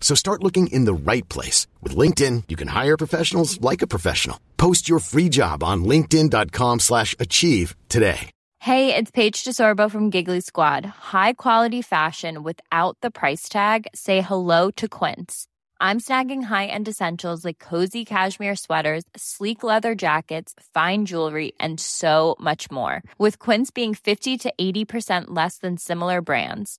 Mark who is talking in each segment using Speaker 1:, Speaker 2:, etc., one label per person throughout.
Speaker 1: So start looking in the right place. With LinkedIn, you can hire professionals like a professional. Post your free job on linkedin.com/achieve slash achieve today.
Speaker 2: Hey, it's Paige DeSorbo from Giggly Squad. High quality fashion without the price tag. Say hello to Quince. I'm snagging high-end essentials like cozy cashmere sweaters, sleek leather jackets, fine jewelry, and so much more. With Quince being 50 to 80% less than similar brands.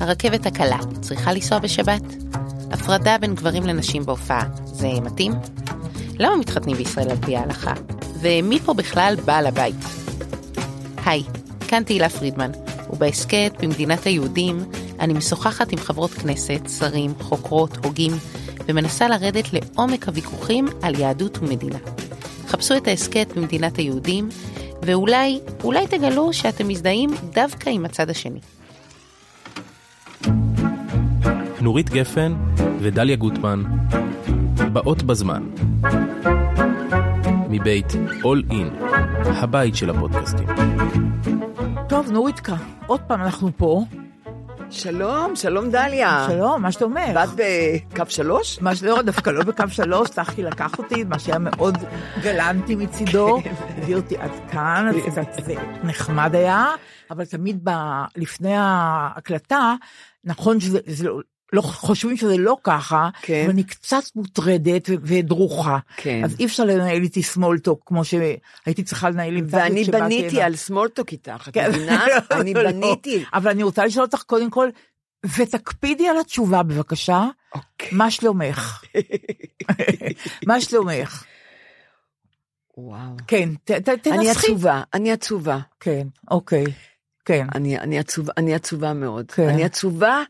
Speaker 3: הרכבת הקלה צריכה לנסוע בשבת? הפרדה בין גברים לנשים בהופעה, זה מתאים? למה מתחתנים בישראל על פי ההלכה? ומי פה בכלל בעל הבית? היי, כאן תהילה פרידמן, ובהסכת במדינת היהודים אני משוחחת עם חברות כנסת, שרים, חוקרות, הוגים, ומנסה לרדת לעומק הוויכוחים על יהדות ומדינה. חפשו את ההסכת במדינת היהודים, ואולי, אולי תגלו שאתם מזדהים דווקא עם הצד השני.
Speaker 4: נורית גפן ודליה גוטמן, באות בזמן. מבית All In, הבית של הפודקאסטים.
Speaker 5: טוב, נוריתקה, עוד פעם אנחנו פה.
Speaker 6: שלום, שלום דליה.
Speaker 5: שלום, מה שלומך?
Speaker 6: אה. ואת בקו שלוש?
Speaker 5: מה שלא, דווקא לא בקו שלוש, צחקי לקח אותי, מה שהיה מאוד גלנטי מצידו.
Speaker 6: כן.
Speaker 5: הביא אותי עד כאן, אז קצת זה נחמד היה, אבל תמיד ב, לפני ההקלטה, נכון שזה זה לא... לא חושבים שזה לא ככה,
Speaker 6: כן.
Speaker 5: אבל אני קצת מוטרדת ו- ודרוכה.
Speaker 6: כן.
Speaker 5: אז אי אפשר לנהל איתי small talk כמו שהייתי צריכה לנהל עם טאטית
Speaker 6: ואני
Speaker 5: שבאתי
Speaker 6: בניתי
Speaker 5: הנה.
Speaker 6: על סמולטוק איתך, את
Speaker 5: כן.
Speaker 6: מבינה?
Speaker 5: לא,
Speaker 6: אני
Speaker 5: לא.
Speaker 6: בניתי.
Speaker 5: אבל אני רוצה לשאול אותך קודם כל, ותקפידי על התשובה בבקשה,
Speaker 6: אוקיי.
Speaker 5: מה שלומך? מה שלומך?
Speaker 6: וואו.
Speaker 5: כן, ת- ת- תנסחי.
Speaker 6: אני עצובה, אני עצובה.
Speaker 5: כן, אוקיי, כן.
Speaker 6: אני, אני, עצוב, אני עצובה מאוד.
Speaker 5: כן.
Speaker 6: אני עצובה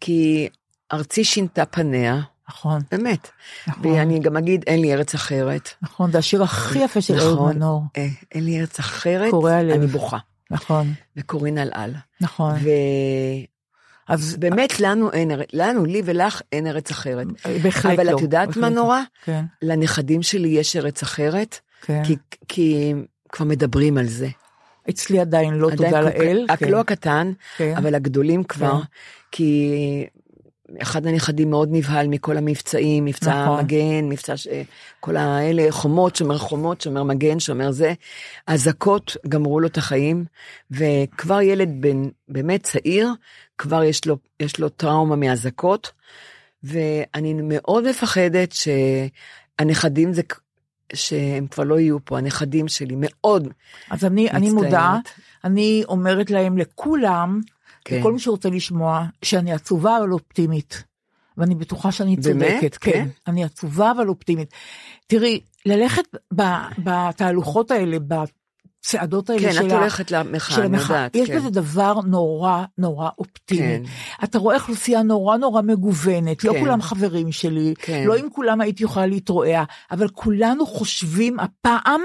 Speaker 6: כי ארצי שינתה פניה,
Speaker 5: נכון,
Speaker 6: באמת.
Speaker 5: נכון.
Speaker 6: ואני גם אגיד, אין לי ארץ אחרת.
Speaker 5: נכון, זה השיר הכי יפה של אהוד
Speaker 6: נכון.
Speaker 5: מנור.
Speaker 6: אה, אין לי ארץ אחרת,
Speaker 5: קורע לב.
Speaker 6: אני בוכה.
Speaker 5: נכון,
Speaker 6: וקורין על על.
Speaker 5: נכון.
Speaker 6: ובאמת,
Speaker 5: אז
Speaker 6: לנו אין ארץ, לנו, לי ולך, אין ארץ אחרת.
Speaker 5: בהחלט לא.
Speaker 6: אבל את יודעת מה
Speaker 5: בהחלט לא.
Speaker 6: נורא?
Speaker 5: כן,
Speaker 6: לנכדים שלי יש ארץ אחרת,
Speaker 5: כן.
Speaker 6: כי, כי כבר מדברים על זה.
Speaker 5: אצלי עדיין לא,
Speaker 6: עדיין
Speaker 5: תודה
Speaker 6: כל-
Speaker 5: לאל.
Speaker 6: רק
Speaker 5: כן,
Speaker 6: לא הקטן,
Speaker 5: כן.
Speaker 6: אבל הגדולים כבר, כי אחד הנכדים מאוד נבהל מכל המבצעים, מבצע
Speaker 5: נכון.
Speaker 6: מגן, מבצע ש... כל האלה, חומות, שומר חומות, שומר מגן, שומר זה. אזעקות גמרו לו את החיים, וכבר ילד בן, באמת צעיר, כבר יש לו, יש לו טראומה מאזעקות, ואני מאוד מפחדת שהנכדים זה... כ- שהם כבר לא יהיו פה, הנכדים שלי מאוד
Speaker 5: אז אני, אני
Speaker 6: מצטערת.
Speaker 5: מודה, אני אומרת להם, לכולם,
Speaker 6: כן.
Speaker 5: לכל מי שרוצה לשמוע, שאני עצובה אבל אופטימית. ואני בטוחה שאני
Speaker 6: באמת?
Speaker 5: צודקת, כן.
Speaker 6: כן?
Speaker 5: אני עצובה אבל אופטימית. תראי, ללכת ב, בתהלוכות האלה, בצעדות האלה
Speaker 6: כן,
Speaker 5: של
Speaker 6: את
Speaker 5: ה-
Speaker 6: הולכת למחאה,
Speaker 5: של
Speaker 6: אני
Speaker 5: המחאה.
Speaker 6: יודעת.
Speaker 5: יש
Speaker 6: כן.
Speaker 5: בזה דבר נורא נורא אופטימי.
Speaker 6: כן.
Speaker 5: אתה רואה אוכלוסייה נורא נורא מגוונת, לא
Speaker 6: כן.
Speaker 5: כולם חברים שלי,
Speaker 6: כן.
Speaker 5: לא עם כולם הייתי יכולה להתרועע, אבל כולנו חושבים הפעם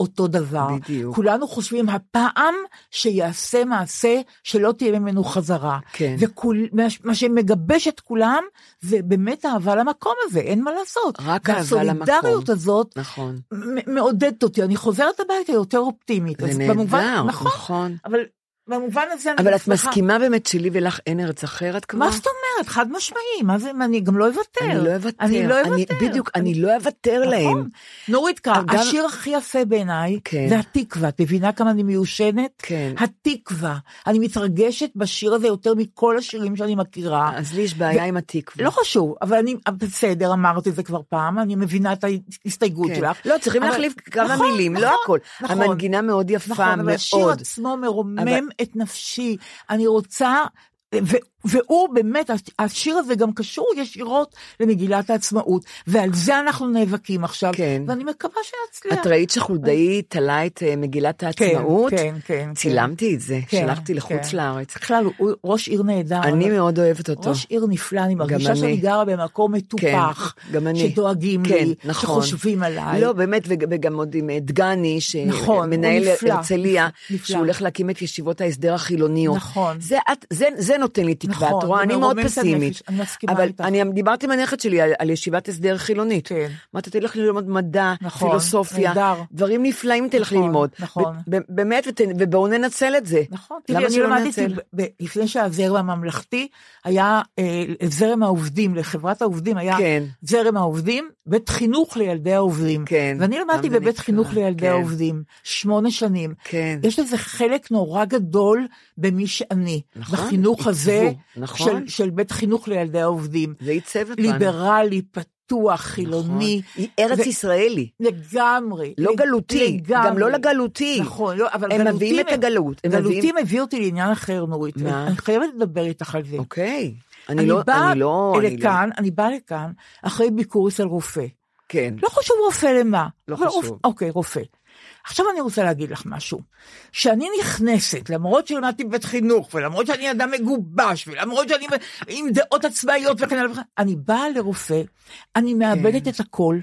Speaker 5: אותו דבר.
Speaker 6: בדיוק.
Speaker 5: כולנו חושבים הפעם שיעשה מעשה שלא תהיה ממנו חזרה.
Speaker 6: כן.
Speaker 5: וכול, מה ש- מה שמגבש את כולם זה באמת אהבה למקום הזה, אין מה לעשות.
Speaker 6: רק אהבה
Speaker 5: והסולידריות
Speaker 6: למקום.
Speaker 5: הזאת
Speaker 6: נכון.
Speaker 5: מ- מעודדת אותי, אני חוזרת הביתה יותר אופטימית.
Speaker 6: זה
Speaker 5: אז
Speaker 6: נהדר,
Speaker 5: במובן-
Speaker 6: נכון.
Speaker 5: אבל במובן הזה אני
Speaker 6: אבל את
Speaker 5: מצליחה.
Speaker 6: מסכימה באמת שלי ולך אין ארץ אחרת כבר?
Speaker 5: מה זאת אומרת? חד משמעי, מה זה, אני גם לא אוותר.
Speaker 6: אני לא אוותר.
Speaker 5: אני לא
Speaker 6: אני-
Speaker 5: אוותר.
Speaker 6: בדיוק, אני לא אוותר להם.
Speaker 5: נכון. נורית קרא,
Speaker 6: אבל-
Speaker 5: השיר הכי יפה בעיניי,
Speaker 6: כן.
Speaker 5: זה התקווה. את מבינה כמה אני מיושנת?
Speaker 6: כן.
Speaker 5: התקווה. אני מתרגשת בשיר הזה יותר מכל השירים שאני מכירה.
Speaker 6: אז לי יש בעיה עם התקווה.
Speaker 5: לא חשוב, אבל אני, בסדר, אמרתי את זה כבר פעם, אני מבינה את ההסתייגות
Speaker 6: כן.
Speaker 5: שלך.
Speaker 6: לא, צריכים
Speaker 5: אבל-
Speaker 6: להחליף כמה
Speaker 5: נכון,
Speaker 6: מילים,
Speaker 5: נכון,
Speaker 6: לא הכל.
Speaker 5: נכון.
Speaker 6: המנגינה מאוד יפה,
Speaker 5: נכון, אבל השיר
Speaker 6: מאוד.
Speaker 5: עצמו מרומם
Speaker 6: אבל-
Speaker 5: את נפשי. אני רוצה, ו- והוא באמת, הש- השיר הזה גם קשור ישירות למגילת העצמאות, ועל זה אנחנו נאבקים עכשיו,
Speaker 6: כן.
Speaker 5: ואני מקווה שנצליח.
Speaker 6: את ראית שחולדאי תלה את אה, מגילת העצמאות?
Speaker 5: כן, כן.
Speaker 6: צילמתי את זה,
Speaker 5: כן,
Speaker 6: שלחתי לחוץ
Speaker 5: כן.
Speaker 6: לארץ.
Speaker 5: בכלל, הוא ראש עיר נהדר.
Speaker 6: אני
Speaker 5: אבל-
Speaker 6: מאוד אוהבת אותו.
Speaker 5: ראש עיר נפלא, אני מרגישה
Speaker 6: אני.
Speaker 5: שאני גרה במקום מטופח,
Speaker 6: כן, גם אני.
Speaker 5: שדואגים
Speaker 6: כן,
Speaker 5: לי,
Speaker 6: נכון.
Speaker 5: שחושבים עליי.
Speaker 6: לא, באמת, וג- וגם עוד עם אה, דגני,
Speaker 5: נכון,
Speaker 6: שמנהל
Speaker 5: הוא נפלא,
Speaker 6: הרצליה,
Speaker 5: נפלא.
Speaker 6: שהוא הולך להקים את ישיבות ההסדר החילוניות.
Speaker 5: נכון.
Speaker 6: זה, את- זה, זה נותן לי תקווה,
Speaker 5: נכון,
Speaker 6: את רואה?
Speaker 5: הוא
Speaker 6: אני מאוד
Speaker 5: מרומם את
Speaker 6: פסימית.
Speaker 5: הנפש, אני מסכימה
Speaker 6: אבל
Speaker 5: איתך.
Speaker 6: אני דיברתי עם הנכד שלי על, על ישיבת הסדר חילונית.
Speaker 5: כן.
Speaker 6: אמרתי, תלך ללמוד מדע,
Speaker 5: נכון,
Speaker 6: פילוסופיה,
Speaker 5: נהדר.
Speaker 6: דברים נפלאים תלך
Speaker 5: נכון,
Speaker 6: ללמוד.
Speaker 5: נכון.
Speaker 6: ב- ב- באמת, ות- ובואו ננצל את זה.
Speaker 5: נכון,
Speaker 6: למה
Speaker 5: תראי, אני
Speaker 6: שלא
Speaker 5: למדתי,
Speaker 6: ננצל?
Speaker 5: ב- ב- לפני שהזרם הממלכתי היה אה, זרם העובדים, לחברת העובדים היה
Speaker 6: כן.
Speaker 5: זרם העובדים, בית חינוך לילדי העובדים.
Speaker 6: כן,
Speaker 5: ואני
Speaker 6: גם זה
Speaker 5: למדתי בבית
Speaker 6: נפלא,
Speaker 5: חינוך לילדי
Speaker 6: כן.
Speaker 5: העובדים, שמונה שנים.
Speaker 6: כן.
Speaker 5: יש לזה חלק נורא גדול במי שאני,
Speaker 6: נכון,
Speaker 5: בחינוך הזה,
Speaker 6: עיצבו, נכון.
Speaker 5: של, של בית חינוך לילדי העובדים.
Speaker 6: זה עיצב אותנו.
Speaker 5: ליברלי, פתוח, חילוני.
Speaker 6: נכון. היא ארץ
Speaker 5: ו-
Speaker 6: ישראלי.
Speaker 5: לגמרי.
Speaker 6: לא
Speaker 5: לג-
Speaker 6: גלותי, גם לא לגלותי.
Speaker 5: נכון, לא, אבל
Speaker 6: הם
Speaker 5: גלותי...
Speaker 6: מביאים את הגלות, הם
Speaker 5: גלותי
Speaker 6: מביאים-
Speaker 5: מביא אותי לעניין אחר, נורית.
Speaker 6: מה?
Speaker 5: אני חייבת לדבר איתך על זה.
Speaker 6: אוקיי. אני לא,
Speaker 5: באה
Speaker 6: אני לא, אני לא.
Speaker 5: לכאן, אני באה לכאן אחרי ביקור אצל רופא.
Speaker 6: כן.
Speaker 5: לא חשוב רופא למה.
Speaker 6: לא
Speaker 5: אבל
Speaker 6: חשוב.
Speaker 5: רופא- אוקיי, רופא. עכשיו אני רוצה להגיד לך משהו. כשאני נכנסת, למרות שלמדתי בבית חינוך, ולמרות שאני אדם מגובש, ולמרות שאני עם דעות עצמאיות וכן הלאה וכן, אני באה לרופא, אני מאבדת
Speaker 6: כן.
Speaker 5: את הכל.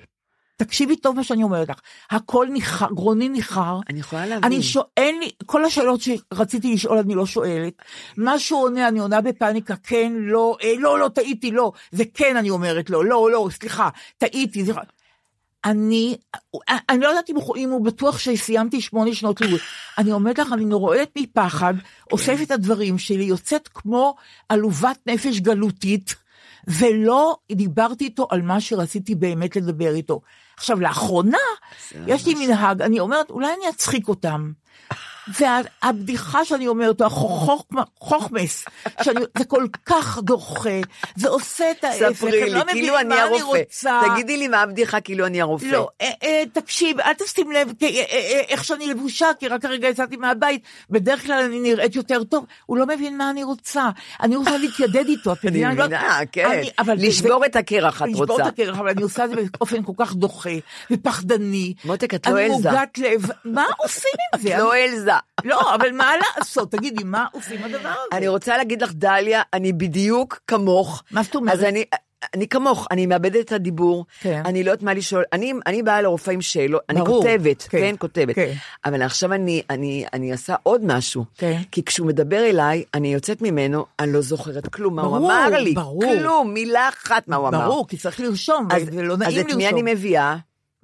Speaker 5: תקשיבי טוב מה שאני אומרת לך. הכל ניחר, גרוני ניחר.
Speaker 6: אני יכולה להבין.
Speaker 5: אני שואל, אין לי, כל השאלות שרציתי לשאול אני לא שואלת. מה שהוא עונה, אני עונה בפאניקה, כן, לא, אה, לא, לא, טעיתי, לא. זה כן, אני אומרת לו, לא, לא, סליחה, טעיתי, סליחה. אני, אני לא יודעת אם הוא, אם הוא בטוח שסיימתי שמונה שנות לימוד. אני אומרת לך, אני נוראת מפחד,
Speaker 6: כן.
Speaker 5: אוספת את הדברים שלי, יוצאת כמו עלובת נפש גלותית, ולא דיברתי איתו על מה שרציתי באמת לדבר איתו. עכשיו, לאחרונה, יש לי מנהג, אני אומרת, אולי אני אצחיק אותם. והבדיחה שאני אומרת, החוכמס, זה כל כך דוחה, זה עושה את ההפך,
Speaker 6: ספרי
Speaker 5: הם
Speaker 6: לי,
Speaker 5: לא מבינים
Speaker 6: כאילו אני
Speaker 5: מה אני
Speaker 6: הרופא.
Speaker 5: רוצה.
Speaker 6: תגידי לי מה הבדיחה, כאילו אני הרופא.
Speaker 5: לא, אה, אה, תקשיב, אל תשים לב כי, אה, אה, אה, איך שאני לבושה, כי רק הרגע יצאתי מהבית, בדרך כלל אני נראית יותר טוב. הוא לא מבין מה אני רוצה. אני רוצה להתיידד איתו, את
Speaker 6: אני
Speaker 5: מבינה? לא-
Speaker 6: מבינה, כן.
Speaker 5: אני- אבל זה-
Speaker 6: לשבור את הקרח את
Speaker 5: לשבור את
Speaker 6: רוצה.
Speaker 5: הקרח, אבל אני עושה את זה באופן כל כך דוחה ופחדני.
Speaker 6: מותק, את לא
Speaker 5: אני
Speaker 6: אלזה.
Speaker 5: מוגת לב, מה עושים עם זה?
Speaker 6: לא אלזה.
Speaker 5: לא, אבל מה לעשות? תגידי, מה עושים עם הדבר הזה?
Speaker 6: אני רוצה להגיד לך, דליה, אני בדיוק כמוך.
Speaker 5: מה זאת אומרת?
Speaker 6: אז אני... אני כמוך, אני מאבדת את הדיבור,
Speaker 5: כן.
Speaker 6: אני לא יודעת מה לשאול, אני, אני באה לרופא עם שאלות, אני
Speaker 5: ברור.
Speaker 6: כותבת, כן,
Speaker 5: כן,
Speaker 6: כותבת,
Speaker 5: כן.
Speaker 6: אבל עכשיו אני, אני, אני עושה עוד משהו,
Speaker 5: כן.
Speaker 6: כי כשהוא מדבר אליי, אני יוצאת ממנו, אני לא זוכרת כלום, מה הוא
Speaker 5: ברור,
Speaker 6: אמר לי,
Speaker 5: ברור.
Speaker 6: כלום, מילה אחת מה הוא אמר.
Speaker 5: ברור, כי צריך לרשום,
Speaker 6: אז,
Speaker 5: ולא
Speaker 6: אז
Speaker 5: נעים
Speaker 6: את מי אני
Speaker 5: לרשום.
Speaker 6: מביאה?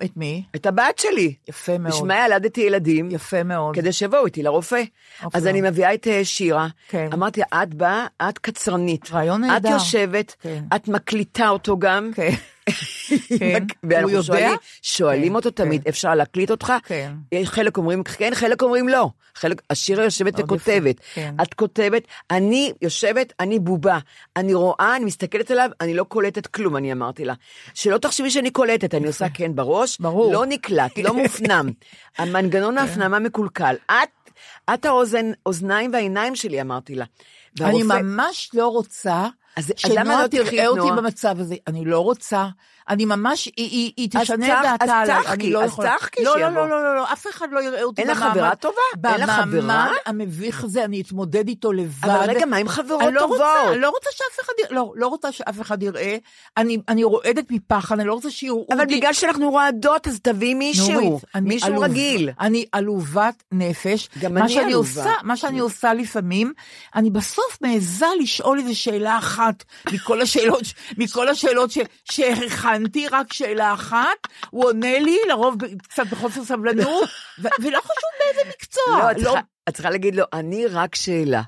Speaker 5: את מי?
Speaker 6: את הבת שלי.
Speaker 5: יפה מאוד.
Speaker 6: בשמה ילדתי ילדים,
Speaker 5: יפה מאוד.
Speaker 6: כדי שיבואו איתי לרופא.
Speaker 5: אוקיי.
Speaker 6: אז אני מביאה את אה, שירה.
Speaker 5: כן.
Speaker 6: אמרתי, את באה, את קצרנית.
Speaker 5: רעיון
Speaker 6: את
Speaker 5: נהדר.
Speaker 6: יושבת,
Speaker 5: כן.
Speaker 6: את מקליטה אותו גם.
Speaker 5: כן. כן.
Speaker 6: ואנחנו
Speaker 5: הוא יודע?
Speaker 6: שואלים, שואלים
Speaker 5: כן,
Speaker 6: אותו תמיד,
Speaker 5: כן.
Speaker 6: אפשר להקליט אותך?
Speaker 5: כן.
Speaker 6: חלק אומרים כן, חלק אומרים לא. חלק, השירה יושבת
Speaker 5: מאוד יפה,
Speaker 6: וכותבת.
Speaker 5: כן.
Speaker 6: את כותבת, אני יושבת, אני בובה. אני רואה, אני מסתכלת עליו, אני לא קולטת כלום, אני אמרתי לה. שלא תחשבי שאני קולטת, אני עושה כן בראש,
Speaker 5: ברור. כן.
Speaker 6: לא נקלט, לא מופנם. המנגנון ההפנמה מקולקל. את, את האוזן, אוזניים והעיניים שלי, אמרתי לה.
Speaker 5: אני
Speaker 6: והרופא-
Speaker 5: ממש לא רוצה
Speaker 6: אז- אז למה
Speaker 5: שנועה
Speaker 6: לא תלכי
Speaker 5: תראה
Speaker 6: את
Speaker 5: אותי
Speaker 6: נועה?
Speaker 5: במצב הזה. אני לא רוצה. אני ממש, היא- היא היא
Speaker 6: אז
Speaker 5: תשנה
Speaker 6: צח-
Speaker 5: את
Speaker 6: אז
Speaker 5: דעתה עליי.
Speaker 6: צחקי,
Speaker 5: אני לא
Speaker 6: אז
Speaker 5: יכולה.
Speaker 6: צחקי
Speaker 5: לא,
Speaker 6: שיבוא.
Speaker 5: לא, לא, לא, לא, לא, אף אחד לא יראה אותי
Speaker 6: אין לך
Speaker 5: במעמד.
Speaker 6: חברה טובה? אין לך חברה?
Speaker 5: במעמד המביך הזה, אני אתמודד איתו לבד.
Speaker 6: אבל רגע, מה עם חברות
Speaker 5: אני לא
Speaker 6: טובות?
Speaker 5: רוצה, אני לא רוצה שאף אחד יראה, לא, לא רוצה שאף אחד יראה. אני אני רועדת מפחד, אני לא רוצה שיראו אותי.
Speaker 6: אבל בגלל שאנחנו רועדות, אז תביאי מישהו,
Speaker 5: נורית, אני
Speaker 6: מישהו
Speaker 5: עלוב.
Speaker 6: רגיל.
Speaker 5: אני עלובת נפש.
Speaker 6: גם
Speaker 5: מה
Speaker 6: אני
Speaker 5: שאני
Speaker 6: עלובה. כן.
Speaker 5: עושה, מה שאני עושה לפעמים, אני בסוף בסוף מעיזה לשאול איזו שאלה אחת מכל השאלות, מכל השאלות ש, שהכנתי, רק שאלה אחת, הוא עונה לי, לרוב ב- קצת בחוסר סבלנות, ו- ולא חשוב באיזה מקצוע.
Speaker 6: לא, את צריכה- את צריכה להגיד לו, אני רק שאלה.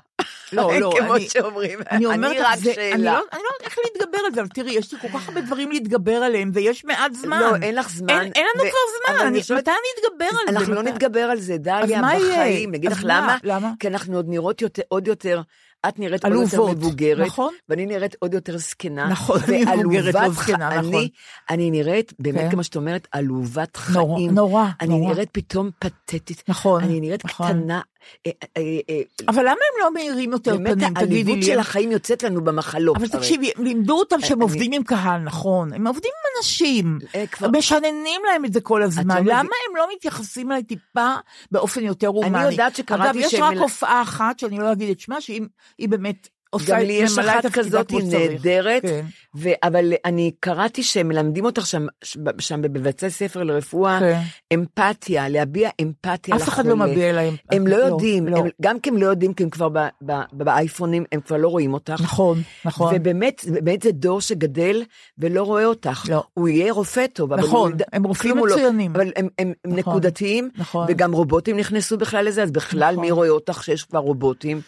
Speaker 5: לא, לא,
Speaker 6: כמו
Speaker 5: אני-
Speaker 6: שאומרים,
Speaker 5: אני אומרת
Speaker 6: אני
Speaker 5: לך,
Speaker 6: רק
Speaker 5: זה- אני לא
Speaker 6: שאלה.
Speaker 5: אני לא יודעת איך להתגבר על זה, אבל תראי, יש לי כל כך הרבה דברים להתגבר עליהם, ויש מעט זמן.
Speaker 6: לא, אין לך זמן.
Speaker 5: אין- אין לנו
Speaker 6: ו-
Speaker 5: כבר
Speaker 6: אבל
Speaker 5: זמן, אני-
Speaker 6: יש עוד-
Speaker 5: מתי אני אתגבר על זה?
Speaker 6: אנחנו לא
Speaker 5: מתי?
Speaker 6: נתגבר על זה, דליה,
Speaker 5: מה יהיה?
Speaker 6: בחיים. אני אגיד
Speaker 5: אז
Speaker 6: לך
Speaker 5: מה?
Speaker 6: למה?
Speaker 5: למה?
Speaker 6: כי אנחנו עוד נראות יותר- עוד יותר, את נראית עוד יותר
Speaker 5: עלובות,
Speaker 6: מבוגרת,
Speaker 5: נכון.
Speaker 6: ואני נראית עוד יותר זקנה.
Speaker 5: נכון, אני מבוגרת, לא
Speaker 6: ועלובת ח-
Speaker 5: זקנה,
Speaker 6: אני-
Speaker 5: נכון.
Speaker 6: אני נראית,
Speaker 5: כן.
Speaker 6: באמת, כמו שאת אומרת, עלובת
Speaker 5: נורא,
Speaker 6: חיים.
Speaker 5: נורא,
Speaker 6: אני
Speaker 5: נורא.
Speaker 6: נראית פתאום פתטית.
Speaker 5: נכון,
Speaker 6: אני נראית
Speaker 5: נכון.
Speaker 6: קטנה. אה, אה, אה,
Speaker 5: אבל למה הם לא מאירים יותר
Speaker 6: באמת,
Speaker 5: פנים, תגידי
Speaker 6: העליבות
Speaker 5: לי? אה.
Speaker 6: של החיים יוצאת לנו במחלות.
Speaker 5: אבל
Speaker 6: הרי. אה,
Speaker 5: תקשיבי, הם לימדו אותם שהם
Speaker 6: אני-
Speaker 5: עובדים עם קהל, נכון. הם עובדים עם אנשים.
Speaker 6: אה, כבר-
Speaker 5: משננים להם את זה כל הזמן.
Speaker 6: מבין-
Speaker 5: למה הם לא מתייחסים אליי טיפה באופן יותר הומני?
Speaker 6: יודעת שקראתי
Speaker 5: אגב, יש
Speaker 6: שהם
Speaker 5: רק
Speaker 6: מל-
Speaker 5: הופעה אחת, שאני לא אגיד את שמה, שהיא היא באמת עושה
Speaker 6: גם
Speaker 5: את
Speaker 6: לי יש
Speaker 5: ממלאה את
Speaker 6: אחת
Speaker 5: תפקידה
Speaker 6: כזאת,
Speaker 5: כמו
Speaker 6: היא
Speaker 5: שצריך.
Speaker 6: נהדרת,
Speaker 5: כן.
Speaker 6: ו- אבל אני קראתי שמלמדים אותך שם, שם- שם בבתי ספר לרפואה,
Speaker 5: כן.
Speaker 6: אמפתיה, להביע אמפתיה לחולה.
Speaker 5: אף אחד לא מביע להם.
Speaker 6: הם לא
Speaker 5: לא,
Speaker 6: יודעים,
Speaker 5: לא.
Speaker 6: הם- גם כי הם לא יודעים, כי הם כבר ב- ב- באייפונים, הם כבר לא רואים אותך.
Speaker 5: נכון, נכון.
Speaker 6: ובאמת, באמת זה דור שגדל ולא רואה אותך.
Speaker 5: לא.
Speaker 6: הוא יהיה רופא טוב, אבל
Speaker 5: נכון,
Speaker 6: הוא ידע-
Speaker 5: הם רופאים
Speaker 6: כלום הוא
Speaker 5: מצוינים.
Speaker 6: לא, אבל הם, הם, הם
Speaker 5: נכון,
Speaker 6: נקודתיים,
Speaker 5: נכון.
Speaker 6: וגם רובוטים נכנסו בכלל לזה, אז בכלל מי רואה אותך שיש כבר רובוטים?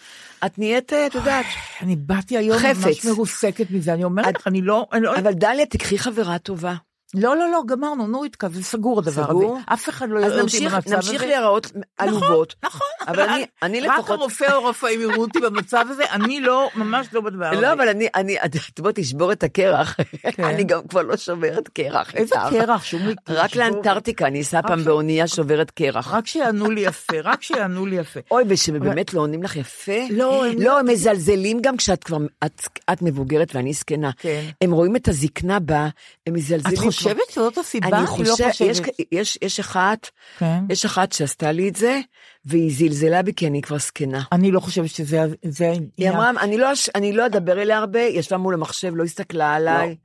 Speaker 6: את נהיית, אה, את יודעת,
Speaker 5: אני באתי היום ממש
Speaker 6: חפץ.
Speaker 5: מרוסקת מזה, אני אומרת
Speaker 6: את-
Speaker 5: לך, אני לא... אני לא-
Speaker 6: אבל דליה, תקחי חברה טובה.
Speaker 5: לא, לא, לא, גמרנו, נו, התקרב, זה סגור הדבר הזה.
Speaker 6: סגור?
Speaker 5: אף אחד לא
Speaker 6: אז
Speaker 5: יראה אותי
Speaker 6: נמשיך,
Speaker 5: במצב הזה.
Speaker 6: נמשיך להיראות עלובות.
Speaker 5: נכון, נכון.
Speaker 6: אבל אני- אני
Speaker 5: רק
Speaker 6: לפחות-
Speaker 5: הרופא או הרופאים יראו אותי במצב הזה, אני לא, ממש לא בדבר הזה.
Speaker 6: לא, אבל אני, אני, את בוא תשבור את הקרח. אני גם כבר לא שוברת קרח.
Speaker 5: כן. איזה
Speaker 6: איתך.
Speaker 5: קרח, שומי.
Speaker 6: רק
Speaker 5: תשבור.
Speaker 6: לאנטארקטיקה, אני אסע פעם
Speaker 5: ש-
Speaker 6: באונייה שוברת קרח.
Speaker 5: אוקיי. רק שיענו לי יפה, רק שיענו לי יפה.
Speaker 6: אוי, ושבאמת לא עונים לך יפה?
Speaker 5: לא, הם
Speaker 6: לא, הם מזלזלים גם כשאת כבר, את, את מבוגרת ואני זקנה.
Speaker 5: כן.
Speaker 6: הם רואים את הזקנה בה, הם מזלזלים.
Speaker 5: את
Speaker 6: כבר.
Speaker 5: חושבת שזאת הסיבה?
Speaker 6: אני
Speaker 5: לא
Speaker 6: חושבת, יש,
Speaker 5: חושבת.
Speaker 6: יש, יש אחת,
Speaker 5: כן.
Speaker 6: יש אחת שעשתה לי את זה, והיא זלזלה בי כי אני כבר זקנה.
Speaker 5: אני לא חושבת שזה זה העניין.
Speaker 6: היא אמרה, אני לא, אש- אני לא אדבר אליה הרבה, היא ישבה מול המחשב, לא הסתכלה עליי.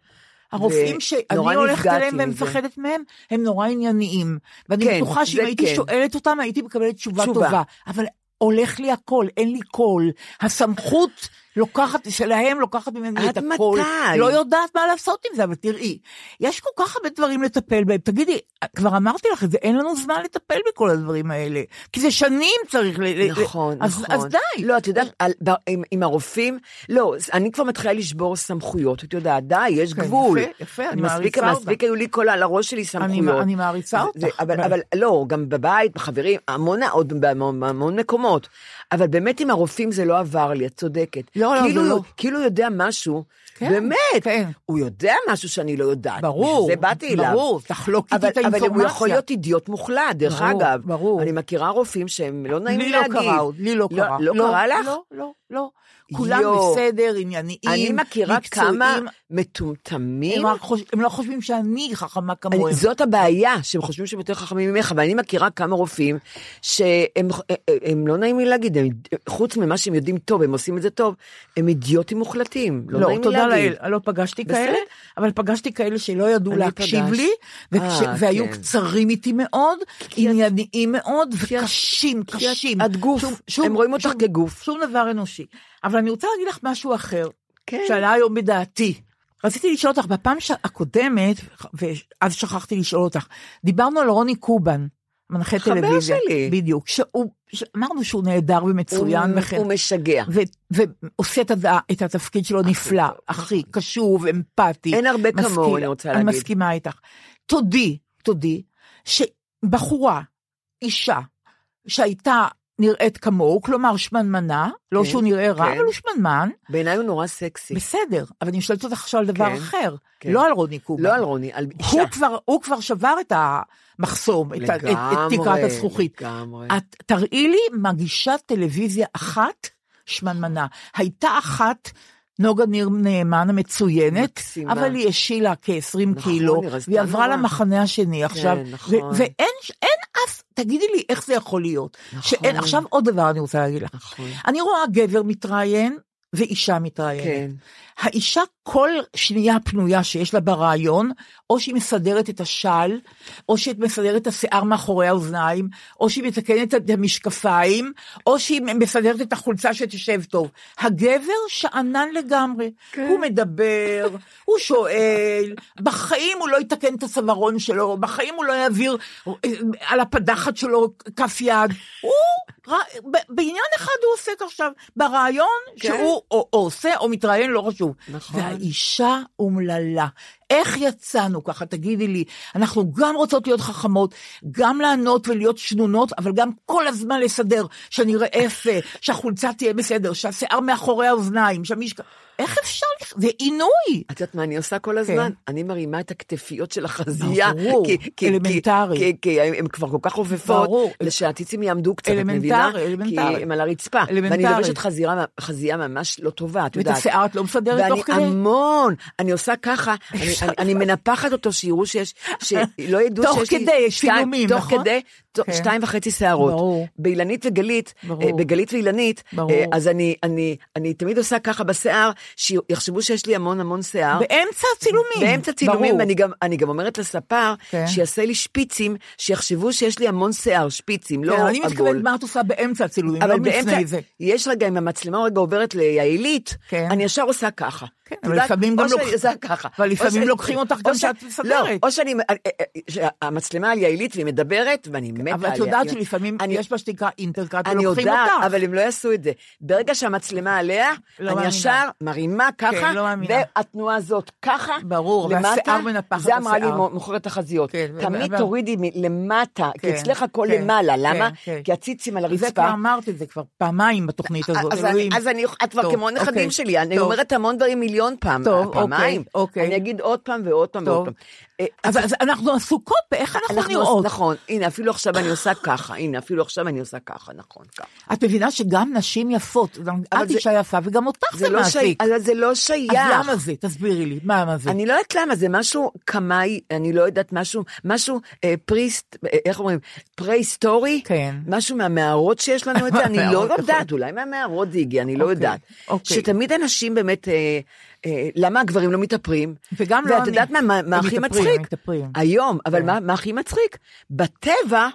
Speaker 5: הרופאים
Speaker 6: ו-
Speaker 5: שאני
Speaker 6: נורא
Speaker 5: הולכת
Speaker 6: נפגעתי
Speaker 5: אליהם
Speaker 6: מזה.
Speaker 5: ומפחדת מהם, הם נורא ענייניים. ואני
Speaker 6: כן,
Speaker 5: בטוחה שאם
Speaker 6: זה
Speaker 5: הייתי
Speaker 6: כן.
Speaker 5: שואלת אותם, הייתי מקבלת תשובה
Speaker 6: תשובה.
Speaker 5: טובה. אבל הולך לי הכל, אין לי קול. הסמכות לוקחת, שלהם לוקחת ממני
Speaker 6: עד
Speaker 5: את הכל.
Speaker 6: מתי?
Speaker 5: לא יודעת מה לעשות עם זה, אבל תראי, יש כל כך הרבה דברים לטפל בהם. תגידי, כבר אמרתי לך את זה, אין לנו זמן לטפל בכל הדברים האלה. כי זה שנים צריך ל... ל-
Speaker 6: נכון,
Speaker 5: אז,
Speaker 6: נכון.
Speaker 5: אז די. אה.
Speaker 6: לא, את יודעת, על, ב, עם, עם הרופאים, לא, אז אני כבר מתחילה לשבור סמכויות, את יודעת, די, יש
Speaker 5: כן,
Speaker 6: גבול.
Speaker 5: יפה, יפה, אני
Speaker 6: מספיק,
Speaker 5: מעריצה
Speaker 6: מספיק היו לי כל, על הראש שלי סמכויות.
Speaker 5: אני מעריצה
Speaker 6: זה-
Speaker 5: אותך.
Speaker 6: זה- אבל,
Speaker 5: באמת.
Speaker 6: אבל לא, גם בבית, בחברים, המון, עוד בהמון בהמון מקומות. אבל באמת עם הרופאים זה לא עבר לי, את צודקת.
Speaker 5: לא, לא,
Speaker 6: כאילו,
Speaker 5: זה לא.
Speaker 6: כאילו יודע משהו,
Speaker 5: כן,
Speaker 6: באמת,
Speaker 5: כן.
Speaker 6: הוא יודע משהו שאני לא יודעת.
Speaker 5: ברור,
Speaker 6: זה באתי אליו.
Speaker 5: ברור, תחלוק איתי
Speaker 6: אבל-
Speaker 5: את
Speaker 6: אבל הוא יכול
Speaker 5: האינפורמציה.
Speaker 6: להיות אידיוט מוחלט, דרך
Speaker 5: ברור,
Speaker 6: אגב.
Speaker 5: ברור.
Speaker 6: אני מכירה רופאים שהם לא נעים
Speaker 5: לי
Speaker 6: לי
Speaker 5: לא
Speaker 6: להגיד.
Speaker 5: קרה עוד, לי לא קרה.
Speaker 6: לא קרה לך?
Speaker 5: לא, לא, לא. כולם
Speaker 6: יו.
Speaker 5: בסדר, ענייניים,
Speaker 6: אני מכירה
Speaker 5: מקצועיים.
Speaker 6: כמה
Speaker 5: הם,
Speaker 6: מטומטמים.
Speaker 5: רק חוש... הם לא חושבים שאני חכמה
Speaker 6: אני-
Speaker 5: כמוהם.
Speaker 6: זאת הבעיה, שהם חושבים שהם יותר חכמים ממך, אבל אני מכירה כמה רופאים שהם, הם לא נעים לי להגיד, הם, חוץ ממה שהם יודעים טוב, הם עושים את זה טוב, הם אידיוטים מוחלטים, לא,
Speaker 5: לא,
Speaker 6: נעים לי
Speaker 5: תודה
Speaker 6: להגיד.
Speaker 5: לאל, לא פגשתי
Speaker 6: בסדר.
Speaker 5: כאלה, אבל פגשתי כאלה שלא ידעו
Speaker 6: אני
Speaker 5: להקשיב
Speaker 6: פגשתי.
Speaker 5: לי, וכש...
Speaker 6: אה,
Speaker 5: והיו
Speaker 6: כן.
Speaker 5: קצרים איתי מאוד, ענייניים מאוד,
Speaker 6: את-
Speaker 5: וקשים, קשים.
Speaker 6: את גוף,
Speaker 5: שום- שום-
Speaker 6: הם רואים אותך
Speaker 5: שום-
Speaker 6: כגוף.
Speaker 5: שום דבר אנושי. אבל אני רוצה להגיד לך משהו אחר,
Speaker 6: כן.
Speaker 5: שעלה היום בדעתי. רציתי לשאול אותך, בפעם ש- הקודמת, ואז שכחתי לשאול אותך, דיברנו על רוני קובן, מנחה
Speaker 6: חבר
Speaker 5: טלוויזיה.
Speaker 6: שלי.
Speaker 5: בדיוק. שהוא, שאמרנו שהוא נהדר ומצוין
Speaker 6: הוא,
Speaker 5: וכן.
Speaker 6: הוא משגע.
Speaker 5: ו- ועושה את, הד... את התפקיד שלו נפלא, הכי קשוב, אמפתי.
Speaker 6: אין הרבה
Speaker 5: משכיל.
Speaker 6: כמוהו, אני רוצה
Speaker 5: אני
Speaker 6: להגיד.
Speaker 5: מסכימה איתך. תודי, תודי, שבחורה, אישה, שהייתה נראית כמוהו, כלומר שמנמנה, לא
Speaker 6: כן,
Speaker 5: שהוא נראה רע,
Speaker 6: כן.
Speaker 5: אבל הוא שמנמן,
Speaker 6: בעיניי הוא נורא סקסי.
Speaker 5: בסדר. אבל אני שואלת אותך עכשיו על דבר
Speaker 6: כן,
Speaker 5: אחר,
Speaker 6: כן.
Speaker 5: לא על רוני קובן.
Speaker 6: לא על רוני, על אישה.
Speaker 5: הוא כבר, הוא כבר שבר את המחסום, את, ה- את, את תקרת
Speaker 6: לגמרי,
Speaker 5: הזכוכית.
Speaker 6: לגמרי.
Speaker 5: את, תראי לי מגישת טלוויזיה אחת שמנמנה. הייתה אחת, נוגה ניר נאמן המצוינת,
Speaker 6: מקסימה.
Speaker 5: אבל היא השילה כ-20
Speaker 6: נכון,
Speaker 5: קילו,
Speaker 6: היא רזתה
Speaker 5: והיא עברה
Speaker 6: נורא.
Speaker 5: למחנה השני עכשיו,
Speaker 6: נכון.
Speaker 5: ו- ואין ש- אין אף, תגידי לי איך זה יכול להיות.
Speaker 6: נכון.
Speaker 5: שאין, עכשיו עוד דבר אני רוצה להגיד לך.
Speaker 6: נכון.
Speaker 5: אני רואה גבר מתראיין, ואישה מתראיינת.
Speaker 6: כן.
Speaker 5: האישה כל שנייה פנויה שיש לה ברעיון, או שהיא מסדרת את השל, או שהיא מסדרת את השיער מאחורי האוזניים, או שהיא מתקנת את המשקפיים, או שהיא מסדרת את החולצה שתשב טוב. הגבר שאנן לגמרי. כן. הוא מדבר, הוא שואל, בחיים הוא לא יתקן את הצווארון שלו, בחיים הוא לא יעביר אה, על הפדחת שלו כף יד. הוא, ר- ב- בעניין אחד הוא עוסק עכשיו, ברעיון
Speaker 6: כן.
Speaker 5: שהוא או, או עושה או מתראיין, לא חשוב.
Speaker 6: נכון.
Speaker 5: והאישה אומללה. איך יצאנו ככה, תגידי לי. אנחנו גם רוצות להיות חכמות, גם לענות ולהיות שנונות, אבל גם כל הזמן לסדר, שנראה יפה, שהחולצה תהיה בסדר, שהשיער מאחורי האוזניים, שהמשק... איך אפשר? לח- זה עינוי.
Speaker 6: את יודעת מה אני עושה כל הזמן?
Speaker 5: כן.
Speaker 6: אני מרימה את הכתפיות של החזייה.
Speaker 5: ברור,
Speaker 6: כי- כי-
Speaker 5: אלמנטרי.
Speaker 6: כי- כי הן כבר כל כך עופפות,
Speaker 5: ברור.
Speaker 6: לשעתיצים יעמדו קצת, את
Speaker 5: אלמנטרי,
Speaker 6: מבינה?
Speaker 5: אלמנטרי.
Speaker 6: כי הן על הרצפה. ואני
Speaker 5: אלמנטרי.
Speaker 6: לובשת חזירה- חזייה ממש לא טובה, את
Speaker 5: ואת
Speaker 6: יודעת.
Speaker 5: השיער את לא מסדרת תוך כדי?
Speaker 6: ואני המון, אני עושה ככה, אני-
Speaker 5: אפשר.
Speaker 6: אני- אני מנפחת אותו, שיראו שיש, שלא ידעו
Speaker 5: תוך
Speaker 6: שיש לי...
Speaker 5: כדי, יש
Speaker 6: שתיים-
Speaker 5: צילומים,
Speaker 6: תוך
Speaker 5: נכון?
Speaker 6: כדי, תוך-
Speaker 5: כן.
Speaker 6: שתיים וחצי שערות.
Speaker 5: ברור.
Speaker 6: באילנית וגלית, אה,
Speaker 5: ברור.
Speaker 6: בגלית ואילנית,
Speaker 5: ברור.
Speaker 6: אה, אז אני- אני אני תמיד עושה ככה בשיער, שיחשבו שיש לי המון המון שיער.
Speaker 5: באמצע הצילומים.
Speaker 6: אה. באמצע צילומים,
Speaker 5: ברור.
Speaker 6: ואני גם, אני גם אומרת לספר,
Speaker 5: כן.
Speaker 6: שיעשה לי שפיצים, שיחשבו שיש לי המון שיער, שפיצים, לא
Speaker 5: כן,
Speaker 6: עגול.
Speaker 5: אני מתכוונת מה את עושה באמצע הצילומים, לא לפני זה.
Speaker 6: יש רגע, אם המצלמה רגע עוברת ליעילית,
Speaker 5: כן.
Speaker 6: אני ישר עושה ככה.
Speaker 5: כן,
Speaker 6: את
Speaker 5: אבל
Speaker 6: יודעת,
Speaker 5: לפעמים
Speaker 6: או
Speaker 5: גם
Speaker 6: שאני
Speaker 5: לוקח-
Speaker 6: עושה ככה.
Speaker 5: אבל
Speaker 6: או
Speaker 5: לפעמים
Speaker 6: שאני-
Speaker 5: לוקחים אותך
Speaker 6: או
Speaker 5: גם
Speaker 6: ש-
Speaker 5: כשאת
Speaker 6: לא,
Speaker 5: מסדרת.
Speaker 6: או שאני, אה, אה, אה, שהמצלמה על יעילית והיא מדברת, ואני מתה עליה.
Speaker 5: אבל את יודעת
Speaker 6: כאילו.
Speaker 5: שלפעמים
Speaker 6: אני-
Speaker 5: יש מה שנקרא אינטרקט
Speaker 6: אני
Speaker 5: ולוקחים
Speaker 6: יודעת,
Speaker 5: אותך.
Speaker 6: אבל הם לא יעשו את זה. ברגע שהמצלמה עליה,
Speaker 5: לא
Speaker 6: אני
Speaker 5: מאמינה.
Speaker 6: ישר מרימה ככה,
Speaker 5: לא מאמינה.
Speaker 6: והתנועה הזאת ככה,
Speaker 5: ברור,
Speaker 6: למטה,
Speaker 5: והשיער מנפחת
Speaker 6: זה אמרה לי
Speaker 5: השיער.
Speaker 6: מ- מוכרת החזיות.
Speaker 5: כן, ו-
Speaker 6: תמיד
Speaker 5: ו-
Speaker 6: תורידי מ- למטה, כי
Speaker 5: כן,
Speaker 6: אצלך הכל
Speaker 5: כן,
Speaker 6: למעלה,
Speaker 5: כן,
Speaker 6: למה?
Speaker 5: כן.
Speaker 6: כי הציצים על
Speaker 5: זה
Speaker 6: הרצפה.
Speaker 5: כבר אמרת את זה כבר פעמיים בתוכנית הזאת,
Speaker 6: אז אני,
Speaker 5: אלוהים.
Speaker 6: אז אני, את כבר
Speaker 5: אה, טוב,
Speaker 6: כמו
Speaker 5: אוקיי,
Speaker 6: הנכדים שלי, אני
Speaker 5: טוב.
Speaker 6: אומרת המון דברים מיליון פעם,
Speaker 5: טוב,
Speaker 6: פעמיים.
Speaker 5: אוקיי, אוקיי.
Speaker 6: אני אגיד עוד פעם ועוד פעם
Speaker 5: טוב.
Speaker 6: ועוד פעם. אה,
Speaker 5: אז אז אנחנו עסוקות באיך אנחנו
Speaker 6: אנחנו-
Speaker 5: נראות.
Speaker 6: נכון, הנה, אפילו עכשיו אני עושה ככה, הנה, אפילו עכשיו אני עושה ככה, נכון, ככה.
Speaker 5: את מבינה שגם נשים יפות, גם
Speaker 6: אבל
Speaker 5: את
Speaker 6: זה-
Speaker 5: אישה יפה וגם אותך זה
Speaker 6: לא שי-
Speaker 5: מעסיק.
Speaker 6: אבל זה לא שייך.
Speaker 5: אז למה זה? תסבירי לי, מה מה זה?
Speaker 6: אני לא יודעת למה, זה משהו קמאי, אני לא יודעת, משהו, משהו אה, פריסט, אה, איך אומרים, פרה-היסטורי?
Speaker 5: כן.
Speaker 6: משהו מהמערות שיש לנו את זה, אני לא
Speaker 5: מהמערות, נכון.
Speaker 6: יודעת, אולי מהמערות זה הגיע, אני לא
Speaker 5: אוקיי,
Speaker 6: יודעת.
Speaker 5: אוקיי.
Speaker 6: שתמיד אנשים באמת, אה, אה, למה הגברים לא מתאפרים?
Speaker 5: וגם לא
Speaker 6: ואת
Speaker 5: אני.
Speaker 6: יודעת מה, מה, מה
Speaker 5: הם
Speaker 6: הכי
Speaker 5: מתאפרים,
Speaker 6: מצחיק?
Speaker 5: הם מתאפרים.
Speaker 6: היום, אבל
Speaker 5: כן.
Speaker 6: מה, מה הכי מצחיק? בטבע,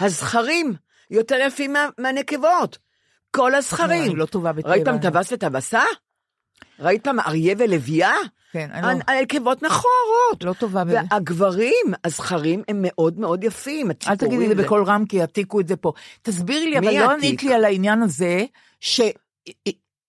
Speaker 6: הזכרים יותר יפים מה, מהנקבות. כל הזכרים.
Speaker 5: אני לא טובה בטבע,
Speaker 6: ראית פעם
Speaker 5: אני-
Speaker 6: טווס אה? וטווסה? ראית פעם אריה ולוויה?
Speaker 5: כן, אני
Speaker 6: הנ-
Speaker 5: לא-
Speaker 6: הנקבות מכוערות.
Speaker 5: לא טובה בזה.
Speaker 6: והגברים, הזכרים, הם מאוד מאוד יפים.
Speaker 5: אל
Speaker 6: הציפורים
Speaker 5: תגידי לי
Speaker 6: זה-
Speaker 5: בקול רם, כי יעתיקו את זה פה. תסבירי לי,
Speaker 6: מי
Speaker 5: אבל
Speaker 6: יעתיק?
Speaker 5: לא ענית לי על העניין הזה, ש...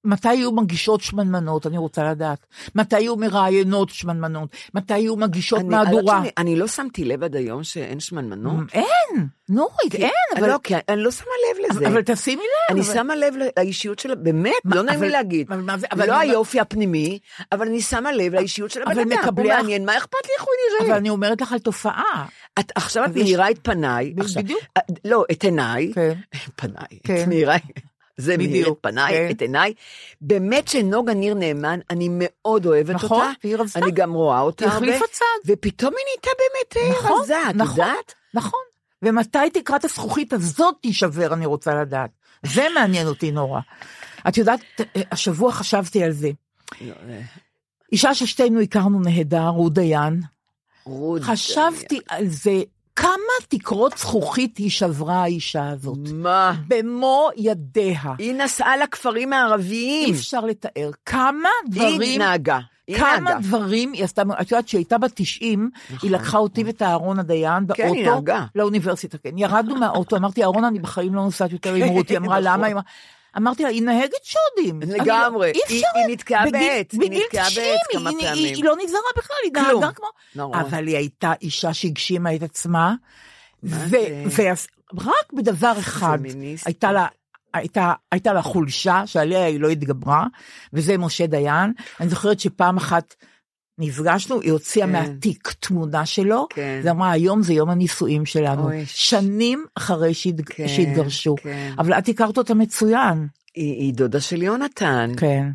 Speaker 5: מתי יהיו מגישות שמנמנות, אני רוצה לדעת. מתי יהיו מראיינות שמנמנות, מתי יהיו מגישות
Speaker 6: אני- אני לא
Speaker 5: מהדורה.
Speaker 6: שאני- אני לא שמתי לב עד היום שאין שמנמנות.
Speaker 5: אין, נורית, אין, כן, אבל...
Speaker 6: לא, כי אני לא שמה לב לזה.
Speaker 5: אבל תשימי לב.
Speaker 6: אני
Speaker 5: אבל-
Speaker 6: שמה לב לאישיות שלה, באמת,
Speaker 5: מה,
Speaker 6: לא נעים לי
Speaker 5: אבל-
Speaker 6: להגיד.
Speaker 5: אבל מה זה- אבל-
Speaker 6: לא
Speaker 5: אבל-
Speaker 6: היופי הפנימי, אבל אני שמה לב לאישיות של הבן
Speaker 5: אבל
Speaker 6: אדם. הוא
Speaker 5: מקבלי ה-
Speaker 6: מעניין, מה אכפת לי איך הוא
Speaker 5: אבל
Speaker 6: נראה?
Speaker 5: אני אומרת לך על תופעה.
Speaker 6: את- עכשיו את
Speaker 5: אבל יש-
Speaker 6: מאירה את פניי.
Speaker 5: ב-
Speaker 6: עכשיו-
Speaker 5: בדיוק.
Speaker 6: אה, לא, את עיניי.
Speaker 5: כן.
Speaker 6: פניי, את
Speaker 5: כן.
Speaker 6: מאירה. זה מאיר את
Speaker 5: בדיוק,
Speaker 6: פניי,
Speaker 5: כן.
Speaker 6: את עיניי. באמת שנוגה ניר נאמן, אני מאוד אוהבת
Speaker 5: נכון,
Speaker 6: אותה.
Speaker 5: והיא רזתה.
Speaker 6: אני גם רואה אותה
Speaker 5: היא
Speaker 6: הרבה.
Speaker 5: החליפה צד.
Speaker 6: ופתאום היא נהייתה באמת אה,
Speaker 5: נכון,
Speaker 6: רזה, את
Speaker 5: נכון,
Speaker 6: יודעת?
Speaker 5: נכון. ומתי תקרת הזכוכית הזאת תישבר, אני רוצה לדעת. זה מעניין אותי נורא. את יודעת, ת- אה, השבוע חשבתי על זה.
Speaker 6: לא, אה.
Speaker 5: אישה ששתינו הכרנו נהדר, רות דיין,
Speaker 6: רוד.
Speaker 5: חשבתי על זה, כמה תקרות זכוכית היא שברה האישה הזאת.
Speaker 6: מה?
Speaker 5: במו ידיה.
Speaker 6: היא נסעה לכפרים הערביים.
Speaker 5: אי אפשר לתאר כמה
Speaker 6: היא
Speaker 5: דברים,
Speaker 6: נהגה. היא
Speaker 5: כמה
Speaker 6: נהגה.
Speaker 5: דברים היא עשתה, את יודעת שהיא הייתה בת 90, היא לקחה אותי ואת אהרון הדיין
Speaker 6: נכון, כן, היא
Speaker 5: באוטו,
Speaker 6: נהגה.
Speaker 5: לאוניברסיטה, כן, ירדנו מהאוטו, אמרתי, אהרון, אני בחיים לא נוסעת יותר עם רות, היא אמרה,
Speaker 6: נכון.
Speaker 5: למה? היא אמרה- אמרתי לה, היא נהגת שודים. אני לא-
Speaker 6: לגמרי.
Speaker 5: אי
Speaker 6: היא-
Speaker 5: אפשר.
Speaker 6: היא נתקעה
Speaker 5: בגיל-
Speaker 6: בעץ, היא
Speaker 5: בגיל
Speaker 6: נתקעה
Speaker 5: 90,
Speaker 6: בעץ כמה
Speaker 5: היא- היא-
Speaker 6: פעמים.
Speaker 5: היא לא נזהרה בכלל, היא
Speaker 6: כלום.
Speaker 5: נהגה כמו...
Speaker 6: נורא.
Speaker 5: אבל היא הייתה אישה שהגשימה את עצמה,
Speaker 6: זה?
Speaker 5: ורק בדבר אחד,
Speaker 6: פמיניסטית.
Speaker 5: הייתה לה... הייתה, הייתה לה חולשה שעליה היא לא התגברה, וזה משה דיין. אני זוכרת שפעם אחת נפגשנו, היא הוציאה
Speaker 6: כן.
Speaker 5: מהתיק תמונה שלו,
Speaker 6: כן.
Speaker 5: אז אמרה, היום זה יום הנישואים שלנו,
Speaker 6: אוי, ש-
Speaker 5: שנים אחרי שהתג...
Speaker 6: כן,
Speaker 5: שהתגרשו.
Speaker 6: כן.
Speaker 5: אבל את הכרת אותה מצוין.
Speaker 6: היא היא דודה של יונתן.
Speaker 5: כן,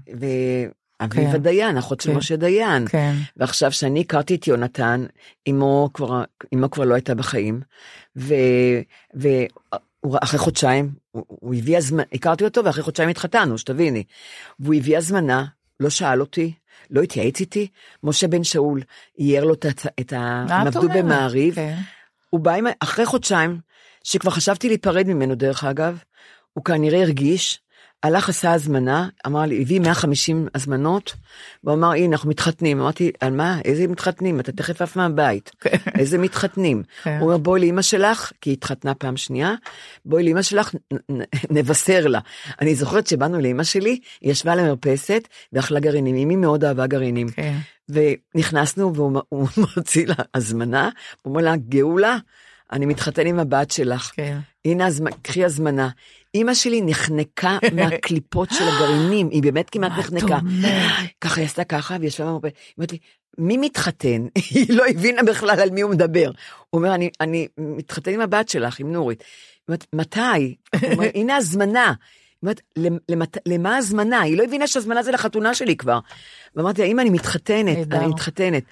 Speaker 6: ואביבה
Speaker 5: כן.
Speaker 6: דיין, אחות של
Speaker 5: כן.
Speaker 6: משה דיין.
Speaker 5: כן.
Speaker 6: ועכשיו, שאני הכרתי את יונתן, אמו כבר, אמו כבר לא הייתה בחיים, ו- והוא- אחרי חודשיים הוא, הוא הביא הזמנה, הכרתי אותו ואחרי חודשיים התחתנו, שתביני. והוא הביא הזמנה, לא שאל אותי, לא התייעץ איתי. משה בן שאול אייר לו את ה- את ה...
Speaker 5: מה
Speaker 6: הם
Speaker 5: כן. את
Speaker 6: עבדו
Speaker 5: אומרת?
Speaker 6: במעריב.
Speaker 5: כן.
Speaker 6: הוא בא עם, אחרי חודשיים, שכבר חשבתי להיפרד ממנו דרך אגב, הוא כנראה הרגיש, הלך עשה הזמנה, אמר לי, הביא 150 הזמנות, והוא אמר, הנה, אנחנו מתחתנים. אמרתי, על מה? איזה מתחתנים? אתה תכף עף מהבית. איזה מתחתנים?
Speaker 5: כן.
Speaker 6: הוא אומר, בואי לאימא שלך, כי היא התחתנה פעם שנייה, בואי לאימא שלך, נ- נ- נבשר לה. אני זוכרת שבאנו לאימא שלי, היא ישבה על המרפסת ואכלה גרעינים, אמי מאוד אהבה גרעינים.
Speaker 5: כן.
Speaker 6: ונכנסנו והוא מ- הוא מוציא לה הזמנה, הוא אומר לה, גאולה, אני מתחתן עם הבת שלך.
Speaker 5: כן.
Speaker 6: הנה, הזמ- קחי הזמנה. אימא שלי נחנקה מהקליפות של הגרעינים, היא באמת כמעט
Speaker 5: מה את
Speaker 6: נחנקה.
Speaker 5: אומרת?
Speaker 6: ככה היא עשתה ככה, וישבה במרפא. היא אומרת לי, מי מתחתן? היא לא הבינה בכלל על מי הוא מדבר. הוא אומר, אני, אני מתחתן עם הבת שלך, עם נורית. היא אומרת, מתי? הוא אומר, הנה הזמנה. היא אומרת, "למ- למת- למה הזמנה? היא לא הבינה שהזמנה זה לחתונה שלי כבר. ואמרתי לה, אמא, אני מתחתנת,
Speaker 5: נהדר.
Speaker 6: אני מתחתנת.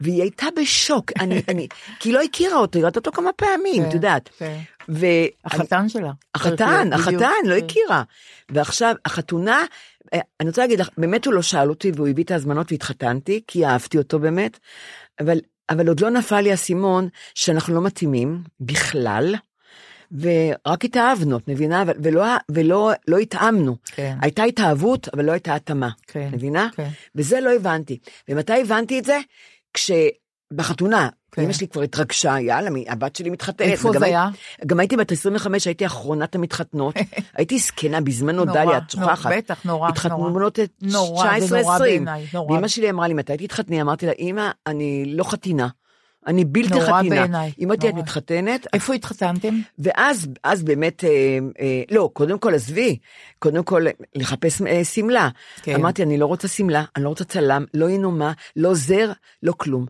Speaker 6: והיא הייתה בשוק, אני, אני, כי היא לא הכירה אותו, היא ראתה אותו כמה פעמים, את יודעת.
Speaker 5: כן.
Speaker 6: ואני-
Speaker 5: החתן שלה.
Speaker 6: החתן,
Speaker 5: בדיוק.
Speaker 6: החתן, לא
Speaker 5: כן.
Speaker 6: הכירה. ועכשיו, החתונה, אה, אני רוצה להגיד לך, באמת הוא לא שאל אותי והוא הביא את ההזמנות והתחתנתי, כי אהבתי אותו באמת, אבל, אבל עוד לא נפל לי האסימון שאנחנו לא מתאימים בכלל, ורק התאהבנו, את מבינה? אבל- ולא, ולא לא התאמנו.
Speaker 5: כן.
Speaker 6: הייתה התאהבות, אבל לא הייתה התאמה.
Speaker 5: כן.
Speaker 6: מבינה?
Speaker 5: כן.
Speaker 6: וזה לא הבנתי. ומתי הבנתי את זה? כשבחתונה,
Speaker 5: כן.
Speaker 6: כן. אמא שלי כבר התרגשה, יאללה, מי- הבת שלי מתחתנת.
Speaker 5: איפה
Speaker 6: וגם
Speaker 5: זה
Speaker 6: הי-
Speaker 5: היה?
Speaker 6: גם הייתי בת 25, הייתי אחרונת המתחתנות. הייתי זקנה בזמנו,
Speaker 5: נורא,
Speaker 6: דליה, את
Speaker 5: נורא,
Speaker 6: שוכחת.
Speaker 5: בטח, נורא,
Speaker 6: התחתנו
Speaker 5: נורא.
Speaker 6: בנות את
Speaker 5: נורא, זה נורא
Speaker 6: 19-20.
Speaker 5: בעיניי, נורא.
Speaker 6: ואמא שלי אמרה לי, מתי תתחתני? אמרתי לה, אמא, אני לא חתינה. אני בלתי
Speaker 5: נורא
Speaker 6: חתינה.
Speaker 5: בעיניי,
Speaker 6: אמא תהיה
Speaker 5: נורא.
Speaker 6: מתחתנת,
Speaker 5: איפה התחתנתם?
Speaker 6: ואז אז באמת, אה, אה, לא, קודם כל עזבי, קודם כל אה, לחפש אה, שמלה.
Speaker 5: כן.
Speaker 6: כן. אמרתי, אני לא רוצה שמלה, אני לא רוצה צלם, לא ינומה, לא זר, לא כלום.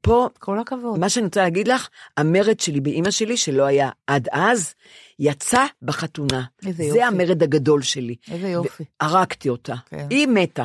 Speaker 6: פה,
Speaker 5: כל הכבוד.
Speaker 6: מה שאני רוצה להגיד לך, המרד שלי באימא שלי, שלא היה עד אז, יצא בחתונה.
Speaker 5: איזה
Speaker 6: זה
Speaker 5: יופי.
Speaker 6: המרד הגדול שלי.
Speaker 5: איזה יופי.
Speaker 6: הרגתי אותה.
Speaker 5: כן.
Speaker 6: היא מתה,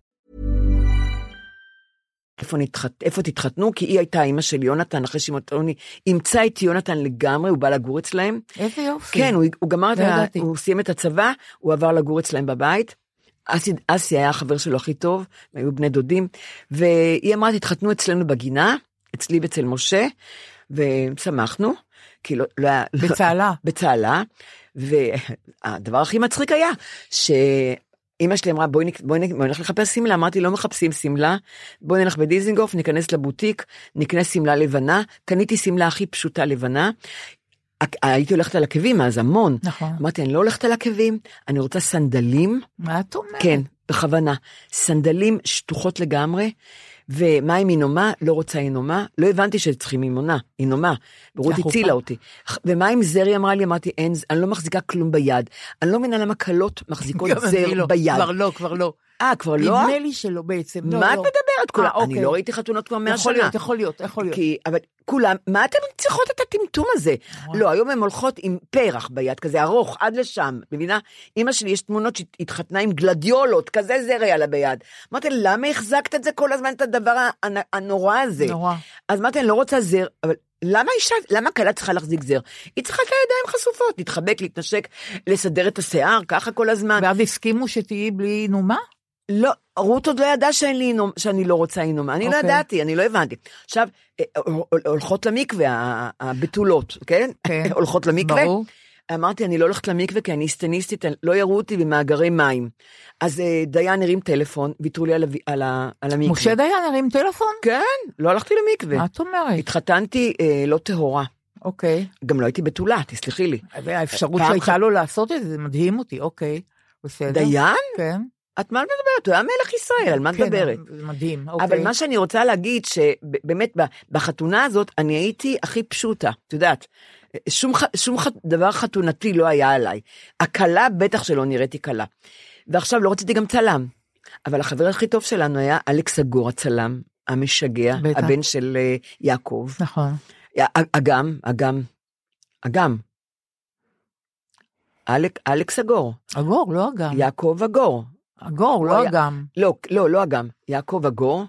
Speaker 6: איפה, נתחת, איפה תתחתנו? כי היא הייתה אימא של יונתן, אחרי שמעוני אימצה איתי יונתן לגמרי, הוא בא לגור אצלהם.
Speaker 5: איזה יופי.
Speaker 6: כן, הוא, הוא גמר את
Speaker 5: לא
Speaker 6: ה...
Speaker 5: ידעתי.
Speaker 6: הוא סיים את הצבא, הוא עבר לגור אצלהם בבית. אסי, אסי היה החבר שלו הכי טוב, הם היו בני דודים, והיא אמרה, תתחתנו אצלנו בגינה, אצלי ואצל משה, ושמחנו, כי לא... לא היה- לא-
Speaker 5: בצהלה.
Speaker 6: בצהלה, והדבר הכי מצחיק היה, שאימא שלי אמרה, בואי, נק- בואי, נק- בואי נלך לחפש שמלה, אמרתי, לא מחפשים שמלה, בואי נלך בדיזינגוף, ניכנס לבוטיק, נקנה שמלה לבנה, קניתי שמלה הכי פשוטה לבנה. ה- הייתי הולכת על עקבים אז המון.
Speaker 5: נכון.
Speaker 6: אמרתי, אני לא הולכת על עקבים, אני רוצה סנדלים,
Speaker 5: מה את אומרת?
Speaker 6: כן, בכוונה, סנדלים שטוחות לגמרי, ומה עם יינומה? לא רוצה יינומה, לא הבנתי שצריכים יינונה, יינומה, ורות
Speaker 5: החופה.
Speaker 6: הצילה אותי. ומה עם זר היא אמרה לי? אמרתי, אין, ז- אני לא מחזיקה כלום ביד. אני לא מבינה למה כלות מחזיקות
Speaker 5: גם אני
Speaker 6: זר
Speaker 5: לא.
Speaker 6: ביד.
Speaker 5: כבר לא, כבר לא.
Speaker 6: אה, כבר לא?
Speaker 5: נדמה לי שלא בעצם. לא,
Speaker 6: מה את
Speaker 5: לא.
Speaker 6: מדברת? כולה-
Speaker 5: אה,
Speaker 6: אני
Speaker 5: אוקיי.
Speaker 6: לא ראיתי חתונות כבר מאה שנה.
Speaker 5: יכול להיות, יכול להיות, יכול להיות.
Speaker 6: כי, אבל כולם, מה אתן צריכות את הטמטום הזה?
Speaker 5: נכון.
Speaker 6: לא, היום הן הולכות עם פרח ביד, כזה ארוך, עד לשם, מבינה? אימא שלי, יש תמונות שהתחתנה עם גלדיולות, כזה זרע היה לה ביד. אמרתי, לה, למה החזקת את זה כל הזמן, את הדבר הנ- הנורא הזה?
Speaker 5: נורא.
Speaker 6: אז אמרתי, אני לא רוצה זר, אבל למה אישה, למה כלה צריכה להחזיק זר? היא צריכה את הידיים חשופות, להתחבק, להתנשק, לסדר את השיער, ככה כל הזמן.
Speaker 5: ואז הסכימו שתהיי בלי נומה?
Speaker 6: לא, רות עוד לא ידעה שאין לי הינום, שאני לא רוצה הינום. אני לא
Speaker 5: אוקיי.
Speaker 6: ידעתי, אני לא הבנתי. עכשיו, אה, הול- הולכות למקווה, ה- הבתולות, כן?
Speaker 5: כן.
Speaker 6: הולכות למקווה.
Speaker 5: ברור.
Speaker 6: אמרתי, אני לא הולכת למקווה כי אני סטניסטית, אני- לא יראו אותי במאגרי מים. אז אה, דיין הרים טלפון, ויתרו לי על הווי- על ה- על המקווה.
Speaker 5: משה אוקיי. דיין הרים טלפון?
Speaker 6: כן, לא הלכתי למקווה.
Speaker 5: מה את אומרת?
Speaker 6: התחתנתי אה, לא טהורה.
Speaker 5: אוקיי.
Speaker 6: גם לא הייתי בתולה, תסלחי לי.
Speaker 5: והאפשרות
Speaker 6: פעם
Speaker 5: שהייתה
Speaker 6: אחת-
Speaker 5: לו לעשות את זה, זה מדהים אותי, אוקיי. בסדר.
Speaker 6: דיין?
Speaker 5: כן.
Speaker 6: את מה את מדברת? הוא היה מלך ישראל, על מה את
Speaker 5: כן,
Speaker 6: מדברת?
Speaker 5: זה מדהים, אוקיי.
Speaker 6: אבל מה שאני רוצה להגיד, שבאמת ב- בחתונה הזאת, אני הייתי הכי פשוטה, את יודעת. שום, ח- שום ח- דבר חתונתי לא היה עליי. הכלה, בטח שלא נראיתי כלה. ועכשיו, לא רציתי גם צלם. אבל החבר הכי טוב שלנו היה אלכס אגור, הצלם, המשגע,
Speaker 5: בטח.
Speaker 6: הבן של אה, יעקב.
Speaker 5: נכון.
Speaker 6: יא- אגם, אגם, אגם. אלק, אלכס אגור,
Speaker 5: אגור, לא אגם.
Speaker 6: יעקב אגור.
Speaker 5: אגור,
Speaker 6: הוא
Speaker 5: לא
Speaker 6: היה-
Speaker 5: אגם.
Speaker 6: לא, לא, לא אגם, יעקב אגור.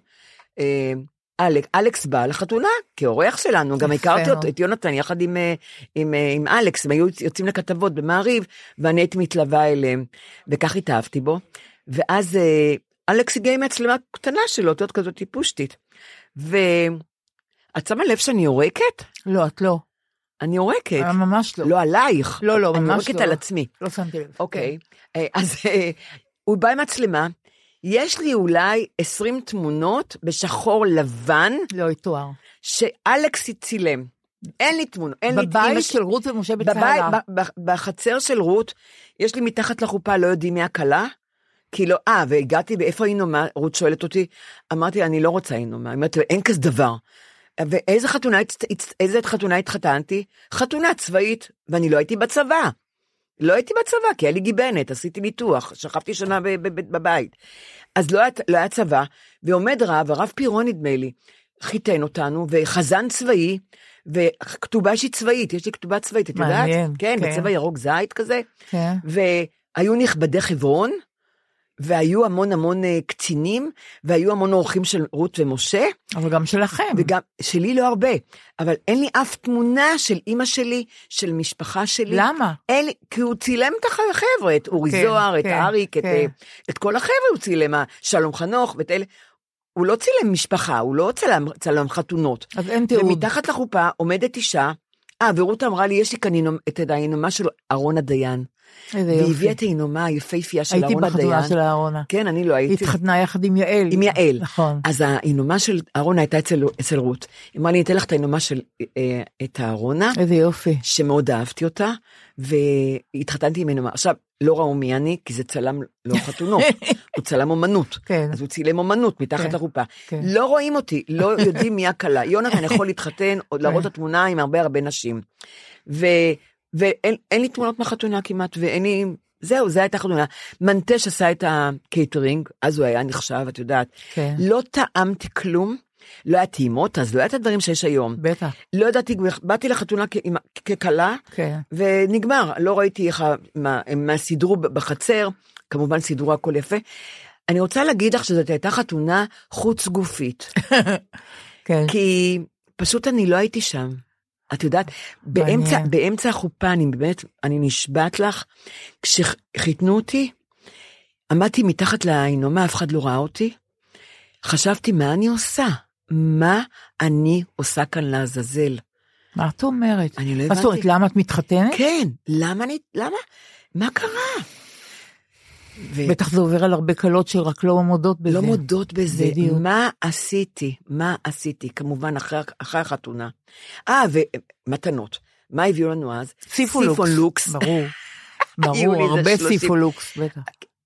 Speaker 6: אה, אלק, אלכס בא לחתונה, כאורח שלנו, גם
Speaker 5: יפה
Speaker 6: הכרתי
Speaker 5: מאוד.
Speaker 6: אותו, את יונתן, יחד עם, אה, עם, אה, עם אלכס, הם היו יוצאים לכתבות במעריב, ואני הייתי מתלווה אליהם, וכך התאהבתי בו. ואז אה, אלכס הגיע עם מצלמה קטנה שלו, את יודעת, כזאת טיפושטית. ואת שמה לב שאני יורקת?
Speaker 5: לא, את לא.
Speaker 6: אני יורקת.
Speaker 5: אה, ממש לא.
Speaker 6: לא עלייך.
Speaker 5: לא, לא,
Speaker 6: אני
Speaker 5: ממש
Speaker 6: יורקת
Speaker 5: לא.
Speaker 6: על עצמי.
Speaker 5: לא שמתי לב.
Speaker 6: אוקיי. אה, אז אה, הוא בא עם מצלמה, יש לי אולי 20 תמונות בשחור לבן
Speaker 5: כן. לא יתואר.
Speaker 6: שאלכס צילם. אין לי תמונות, אין לי...
Speaker 5: בבית
Speaker 6: אימא
Speaker 5: של רות ומשה
Speaker 6: בבית,
Speaker 5: בצהלה.
Speaker 6: ב- ב- בחצר של רות, יש לי מתחת לחופה, לא יודעים מי הכלה. כי לא, אה, והגעתי, ואיפה הינומה? רות שואלת אותי. אמרתי לה, אני לא רוצה הינומה. היא אומרת, אין כזה דבר. ואיזה חתונה, הצ- הצ- איזה חתונה התחתנתי? חתונה צבאית, ואני לא הייתי בצבא. לא הייתי בצבא, כי היה לי גיבנת, עשיתי ניתוח, שכבתי שנה ב- ב- ב- בבית. אז לא היה, לא היה צבא, ועומד רב, הרב פירון נדמה לי, חיתן אותנו, וחזן צבאי, וכתובה שהיא צבאית, יש לי כתובה צבאית, את יודעת?
Speaker 5: מעניין,
Speaker 6: כן,
Speaker 5: כן.
Speaker 6: בצבע ירוק זית כזה.
Speaker 5: כן.
Speaker 6: והיו נכבדי חברון, והיו המון המון אה, קצינים, והיו המון אורחים של רות ומשה,
Speaker 5: אבל גם שלכם.
Speaker 6: וגם, שלי לא הרבה, אבל אין לי אף תמונה של אימא שלי, של משפחה שלי.
Speaker 5: למה?
Speaker 6: אין, לי- כי הוא צילם את החבר'ה, את אורי
Speaker 5: כן,
Speaker 6: זוהר, את
Speaker 5: כן,
Speaker 6: אריק, את,
Speaker 5: כן.
Speaker 6: אה, את כל החבר'ה הוא צילם, ה- שלום חנוך ואת אלה. הוא לא צילם משפחה, הוא לא צלם, צלם חתונות.
Speaker 5: אז אין תיעוד.
Speaker 6: ומתחת לחופה עומדת אישה, אה, ורות אמרה לי, יש לי כאן הינומ- את היינומה של אהרון הדיין.
Speaker 5: איזה
Speaker 6: והיא הביאה
Speaker 5: יופי.
Speaker 6: את היינומה היפהפייה של
Speaker 5: הייתי
Speaker 6: אהרון הדיין.
Speaker 5: בחתונה של אהרונה.
Speaker 6: כן, אני לא
Speaker 5: היא
Speaker 6: הייתי.
Speaker 5: התחתנה יחד עם יעל.
Speaker 6: עם יעל.
Speaker 5: נכון.
Speaker 6: אז היינומה של אהרונה הייתה אצל, אצל רות. היא אמרה לי, אני אתן לך את היינומה של אה, את אהרונה,
Speaker 5: איזה יופי.
Speaker 6: שמאוד אהבתי אותה, והתחתנתי עם היינומה. עכשיו, לא ראו מי אני, כי זה צלם לא חתונות, הוא צלם אומנות.
Speaker 5: כן.
Speaker 6: אז הוא צילם אומנות מתחת
Speaker 5: כן,
Speaker 6: לחופה.
Speaker 5: כן.
Speaker 6: לא רואים אותי, לא יודעים מי הכלה. יונתן יכול להתחתן, עוד
Speaker 5: כן.
Speaker 6: להראות את התמונה עם הרבה הרבה נשים. ו, ואין אין לי תמונות מהחתונה כמעט, ואין לי... זהו, זו הייתה חתונה. מנטש עשה את הקייטרינג, אז הוא היה נחשב, את יודעת.
Speaker 5: כן.
Speaker 6: לא טעמתי כלום, לא היה טעימות, אז לא היה את הדברים שיש היום.
Speaker 5: בטח.
Speaker 6: לא ידעתי, באתי לחתונה כ- עם- ככלה,
Speaker 5: כן.
Speaker 6: ונגמר, לא ראיתי איך, ה- מה, מה סידרו ב- בחצר, כמובן סידרו הכל יפה. אני רוצה להגיד לך שזאת הייתה חתונה חוץ גופית,
Speaker 5: כן.
Speaker 6: כי פשוט אני לא הייתי שם. את יודעת, באמצע,
Speaker 5: מעניין.
Speaker 6: באמצע החופה, אני באמת, אני נשבעת לך, כשחיתנו אותי, עמדתי מתחת להינומה, אף אחד לא ראה אותי, חשבתי, מה אני עושה? מה אני עושה כאן לעזאזל?
Speaker 5: מה את אומרת?
Speaker 6: אני לא
Speaker 5: מה זאת אומרת,
Speaker 6: הבנתי.
Speaker 5: למה את מתחתנת?
Speaker 6: כן, למה אני, למה? מה קרה? ו-
Speaker 5: בטח זה עובר על הרבה כלות שרק לא מודות בזה.
Speaker 6: לא מודות בזה.
Speaker 5: בדיוק.
Speaker 6: מה עשיתי? מה עשיתי? כמובן, אחרי, אחרי החתונה. אה, ומתנות. מה הביאו לנו אז?
Speaker 5: סיפולוקס.
Speaker 6: סיפולוקס.
Speaker 5: ברור.
Speaker 6: היו לי
Speaker 5: ברור,
Speaker 6: איזה
Speaker 5: הרבה
Speaker 6: 30.
Speaker 5: סיפולוקס, בטח.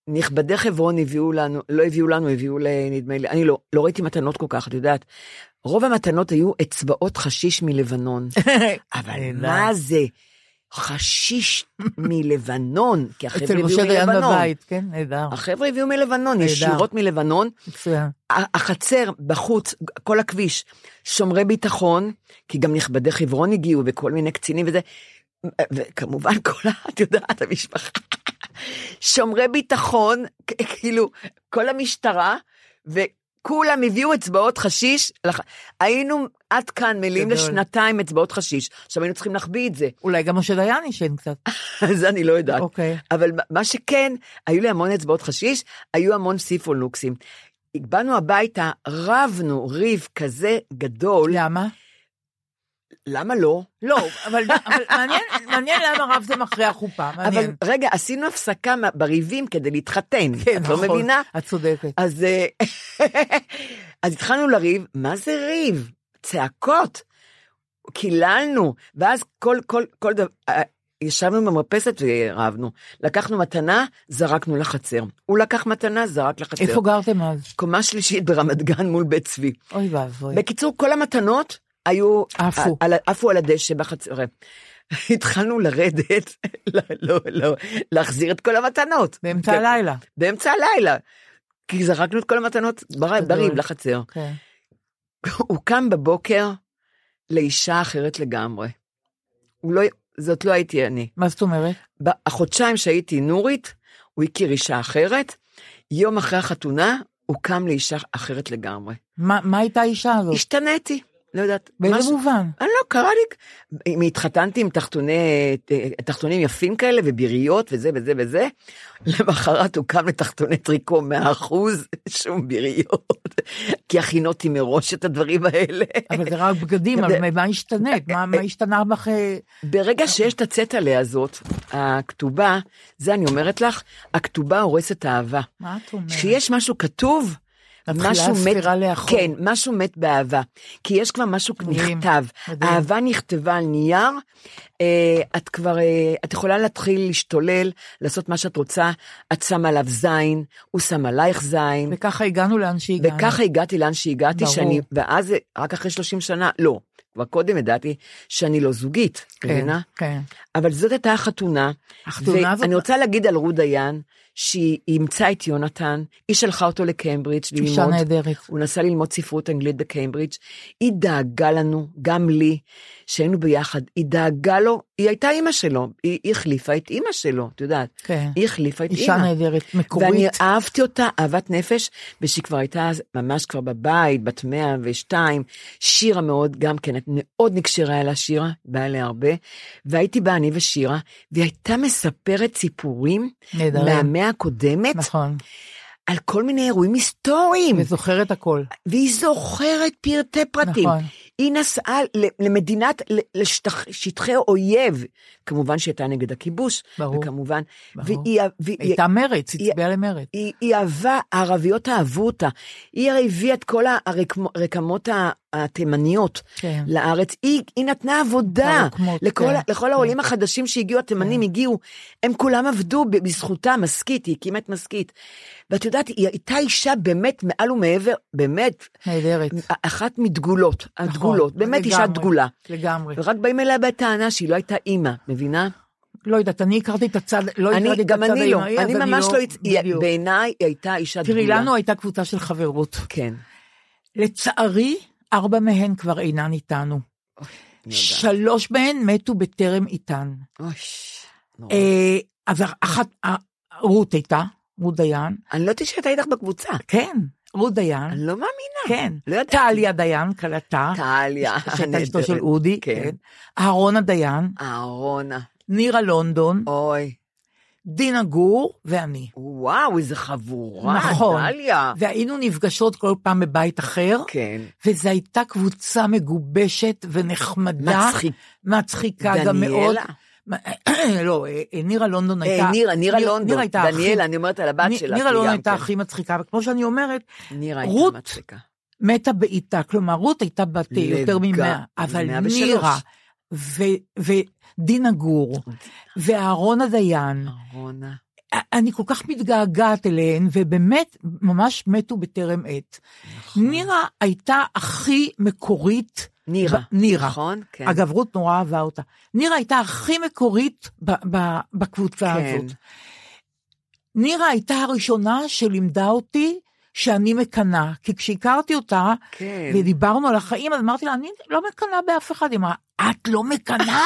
Speaker 6: נכבדי חברון הביאו לנו, לא הביאו לנו, הביאו ל... נדמה לי, אני לא, לא ראיתי מתנות כל כך, את יודעת. רוב המתנות היו אצבעות חשיש מלבנון. אבל מה זה? חשיש מלבנון, כי החבר'ה
Speaker 5: אצל
Speaker 6: הביאו
Speaker 5: משה דיין
Speaker 6: מלבנון.
Speaker 5: בבית, כן, נהדר,
Speaker 6: החבר'ה הביאו מלבנון,
Speaker 5: נהדר.
Speaker 6: ישירות מלבנון.
Speaker 5: מצוין.
Speaker 6: החצר בחוץ, כל הכביש, שומרי ביטחון, כי גם נכבדי חברון הגיעו וכל מיני קצינים וזה, וכמובן כל, ה- את יודעת, המשפחה. שומרי ביטחון, כ- כאילו, כל המשטרה, וכולם הביאו אצבעות חשיש, לח- היינו, עד כאן מלאים
Speaker 5: גדול.
Speaker 6: לשנתיים אצבעות חשיש. עכשיו היינו צריכים להחביא את זה,
Speaker 5: אולי גם משה דיין ישן קצת.
Speaker 6: אז אני לא יודעת.
Speaker 5: אוקיי.
Speaker 6: אבל מה- מה שכן, היו לי המון אצבעות חשיש, היו המון סיפונוקסים. באנו הביתה, רבנו ריב כזה גדול,
Speaker 5: למה?
Speaker 6: למה לא?
Speaker 5: לא, אבל אבל מעניין- מעניין למה רבתם אחרי החופה,
Speaker 6: אבל
Speaker 5: מעניין.
Speaker 6: רגע, עשינו הפסקה מה- בריבים כדי להתחתן,
Speaker 5: כן,
Speaker 6: את
Speaker 5: נכון.
Speaker 6: לא מבינה?
Speaker 5: את צודקת.
Speaker 6: אז, אה, אז התחלנו לריב, מה זה ריב? צעקות. קיללנו, ואז כל, כל, כל דבר, אה, ישבנו במרפסת ורבנו. לקחנו מתנה, זרקנו לחצר. הוא לקח מתנה, זרק לחצר.
Speaker 5: איפה גרתם אז?
Speaker 6: קומה שלישית ברמת גן מול בית צבי.
Speaker 5: אוי ואבוי.
Speaker 6: בקיצור, כל המתנות היו...
Speaker 5: עפו.
Speaker 6: על, עפו על הדשא בחצר. התחלנו לרדת, לא, לא, לא, להחזיר את כל המתנות.
Speaker 5: באמצע
Speaker 6: כן,
Speaker 5: הלילה.
Speaker 6: באמצע הלילה. כי זרקנו את כל המתנות בר-
Speaker 5: גדול.
Speaker 6: בריב לחצר.
Speaker 5: כן.
Speaker 6: הוא קם בבוקר לאישה אחרת לגמרי. הוא לא, זאת לא הייתי אני.
Speaker 5: מה זאת אומרת?
Speaker 6: בחודשיים שהייתי נורית, הוא הכיר אישה אחרת. יום אחרי החתונה, הוא קם לאישה אחרת לגמרי.
Speaker 5: מה מה הייתה האישה הזאת?
Speaker 6: השתנתי, לא יודעת.
Speaker 5: באיזה
Speaker 6: משהו-
Speaker 5: מובן?
Speaker 6: אני לא, קרה לי, אם התחתנתי עם תחתוני, תחתונים יפים כאלה וביריות וזה וזה וזה, למחרת הוא קם לתחתוני טריקו 100% שום ביריות, כי הכינותי מראש את הדברים האלה.
Speaker 5: אבל זה רק בגדים,
Speaker 6: אה,
Speaker 5: אבל מה השתנית? מה- מה השתנה בך? אה,
Speaker 6: ברגע שיש את הצטלה הזאת, הכתובה, זה אני אומרת לך, הכתובה הורסת אהבה.
Speaker 5: מה את אומרת?
Speaker 6: כשיש משהו כתוב,
Speaker 5: מתחילה הספירה לאחור.
Speaker 6: כן, משהו מת באהבה. כי יש כבר משהו
Speaker 5: מדהים,
Speaker 6: נכתב.
Speaker 5: מדהים.
Speaker 6: אהבה נכתבה על נייר, אה, את כבר, אה, את יכולה להתחיל להשתולל, לעשות מה שאת רוצה, את שמה עליו זין, הוא שם עלייך זין,
Speaker 5: וככה הגענו לאן שהגענו.
Speaker 6: וככה הגעתי לאן שהגעתי,
Speaker 5: ברור.
Speaker 6: שאני, ואז אה, רק אחרי 30 שנה, לא, כבר קודם ידעתי שאני לא זוגית,
Speaker 5: כן,
Speaker 6: מבינה?
Speaker 5: כן.
Speaker 6: אבל זאת הייתה החתונה.
Speaker 5: החתונה הזאת-
Speaker 6: ואני רוצה להגיד על רות דיין, שהיא אימצה את יונתן, היא שלחה אותו לקיימברידג' ללמוד.
Speaker 5: אישה נהדרת.
Speaker 6: הוא נסע ללמוד ספרות אנגלית בקיימברידג', היא דאגה לנו, גם לי, שהיינו ביחד, היא דאגה לו, היא הייתה אימא שלו, היא היא החליפה את אימא שלו, את יודעת.
Speaker 5: כן.
Speaker 6: היא החליפה את אימא.
Speaker 5: אישה נהדרת, מקורית.
Speaker 6: ואני אהבתי אותה אהבת נפש, ושהיא כבר הייתה אז ממש כבר בבית, בת 102. שירה מאוד, גם כן, את מאוד נקשרה אליה שירה, באה אליה הרבה. והייתי בה אני ושירה, והיא הייתה מספרת סיפורים
Speaker 5: נהדרים.
Speaker 6: מהמאה הקודמת,
Speaker 5: נכון.
Speaker 6: כן. על כל מיני אירועים היסטוריים.
Speaker 5: וזוכרת הכל.
Speaker 6: והיא זוכרת פרטי פרטים.
Speaker 5: נכון.
Speaker 6: היא נסעה ל- למדינת, לשטחי אויב, כמובן שהיא הייתה נגד הכיבוש,
Speaker 5: ברור.
Speaker 6: וכמובן,
Speaker 5: ברור.
Speaker 6: והיא, והיא,
Speaker 5: הייתה מרץ,
Speaker 6: היא-
Speaker 5: הצביעה למרץ.
Speaker 6: היא, היא אהבה, הערביות אהבו אותה. היא הרי הביאה את כל הרקמו- הרקמות ה- התימניות
Speaker 5: כן.
Speaker 6: לארץ. היא, היא נתנה עבודה
Speaker 5: הרקמות,
Speaker 6: לכל,
Speaker 5: כן.
Speaker 6: ה- לכל העולים החדשים שהגיעו, התימנים הגיעו, הם כולם עבדו ב- בזכותה, משכית, היא הקימה את משכית. ואת יודעת, היא הייתה אישה באמת מעל ומעבר, באמת,
Speaker 5: נהדרת.
Speaker 6: אחת מדגולות, הדגולות,
Speaker 5: נכון,
Speaker 6: באמת אישה
Speaker 5: לגמרי,
Speaker 6: דגולה.
Speaker 5: לגמרי.
Speaker 6: ורק באים אליה בטענה שהיא לא הייתה אימא, מבינה?
Speaker 5: לא יודעת, אני הכרתי את הצד, לא הכרתי
Speaker 6: אני,
Speaker 5: את הצד
Speaker 6: גם אני לא,
Speaker 5: הימני, אז
Speaker 6: אני ממש לא, הצ- היא-
Speaker 5: בדיוק.
Speaker 6: בעיניי היא הייתה אישה דגולה.
Speaker 5: תראי, לנו הייתה קבוצה של חברות.
Speaker 6: כן.
Speaker 5: לצערי, ארבע מהן כבר אינן איתנו. שלוש מהן מתו בטרם איתן.
Speaker 6: אוי, נורא.
Speaker 5: אה, אבל אחת, אה, רות הייתה, רות דיין.
Speaker 6: אני לא יודעת שהייתה איתך בקבוצה.
Speaker 5: כן, רות דיין.
Speaker 6: אני לא מאמינה.
Speaker 5: כן.
Speaker 6: לא ידעתי.
Speaker 5: טליה דיין, כלתה.
Speaker 6: טליה.
Speaker 5: שהייתה אשתו
Speaker 6: הנהדרת.
Speaker 5: של אודי.
Speaker 6: כן.
Speaker 5: כן. אהרונה דיין,
Speaker 6: אהרונה.
Speaker 5: נירה לונדון,
Speaker 6: אוי.
Speaker 5: דינה גור ואני.
Speaker 6: וואו, איזה חבורה.
Speaker 5: נכון.
Speaker 6: טליה.
Speaker 5: והיינו נפגשות כל פעם בבית אחר.
Speaker 6: כן.
Speaker 5: וזו הייתה קבוצה מגובשת ונחמדה.
Speaker 6: מצחיק.
Speaker 5: מצחיקה גם מאוד.
Speaker 6: דניאלה.
Speaker 5: לא, אה, נירה לונדון
Speaker 6: אה,
Speaker 5: הייתה...
Speaker 6: נירה, נירה לונדון.
Speaker 5: הייתה הכי-
Speaker 6: דניאלה, אני אומרת על הבת
Speaker 5: נ-
Speaker 6: שלה,
Speaker 5: נירה
Speaker 6: שהיא
Speaker 5: לונדון
Speaker 6: גם
Speaker 5: הייתה
Speaker 6: כן.
Speaker 5: הכי מצחיקה, וכמו שאני אומרת,
Speaker 6: נירה
Speaker 5: רות.
Speaker 6: הייתה מצחיקה.
Speaker 5: מתה בעיטה, כלומר רות הייתה בת אה,
Speaker 6: לג-
Speaker 5: יותר ממאה, אבל
Speaker 6: 103.
Speaker 5: נירה ו- ודינה גור ואהרונה דיין,
Speaker 6: אהרונה.
Speaker 5: אני כל כך מתגעגעת אליהן, ובאמת ממש מתו בטרם עת.
Speaker 6: נכון.
Speaker 5: נירה הייתה הכי מקורית.
Speaker 6: נירה.
Speaker 5: ב- נירה.
Speaker 6: נכון? כן.
Speaker 5: אגב, רות נורא אהבה אותה. נירה הייתה הכי מקורית ב- ב- בקבוצה
Speaker 6: כן.
Speaker 5: הזאת. נירה הייתה הראשונה שלימדה אותי שאני מקנאה, כי כשהכרתי אותה,
Speaker 6: כן.
Speaker 5: ודיברנו על החיים, אז אמרתי לה, אני לא מקנאה באף אחד. היא אמרה, את לא מקנאה?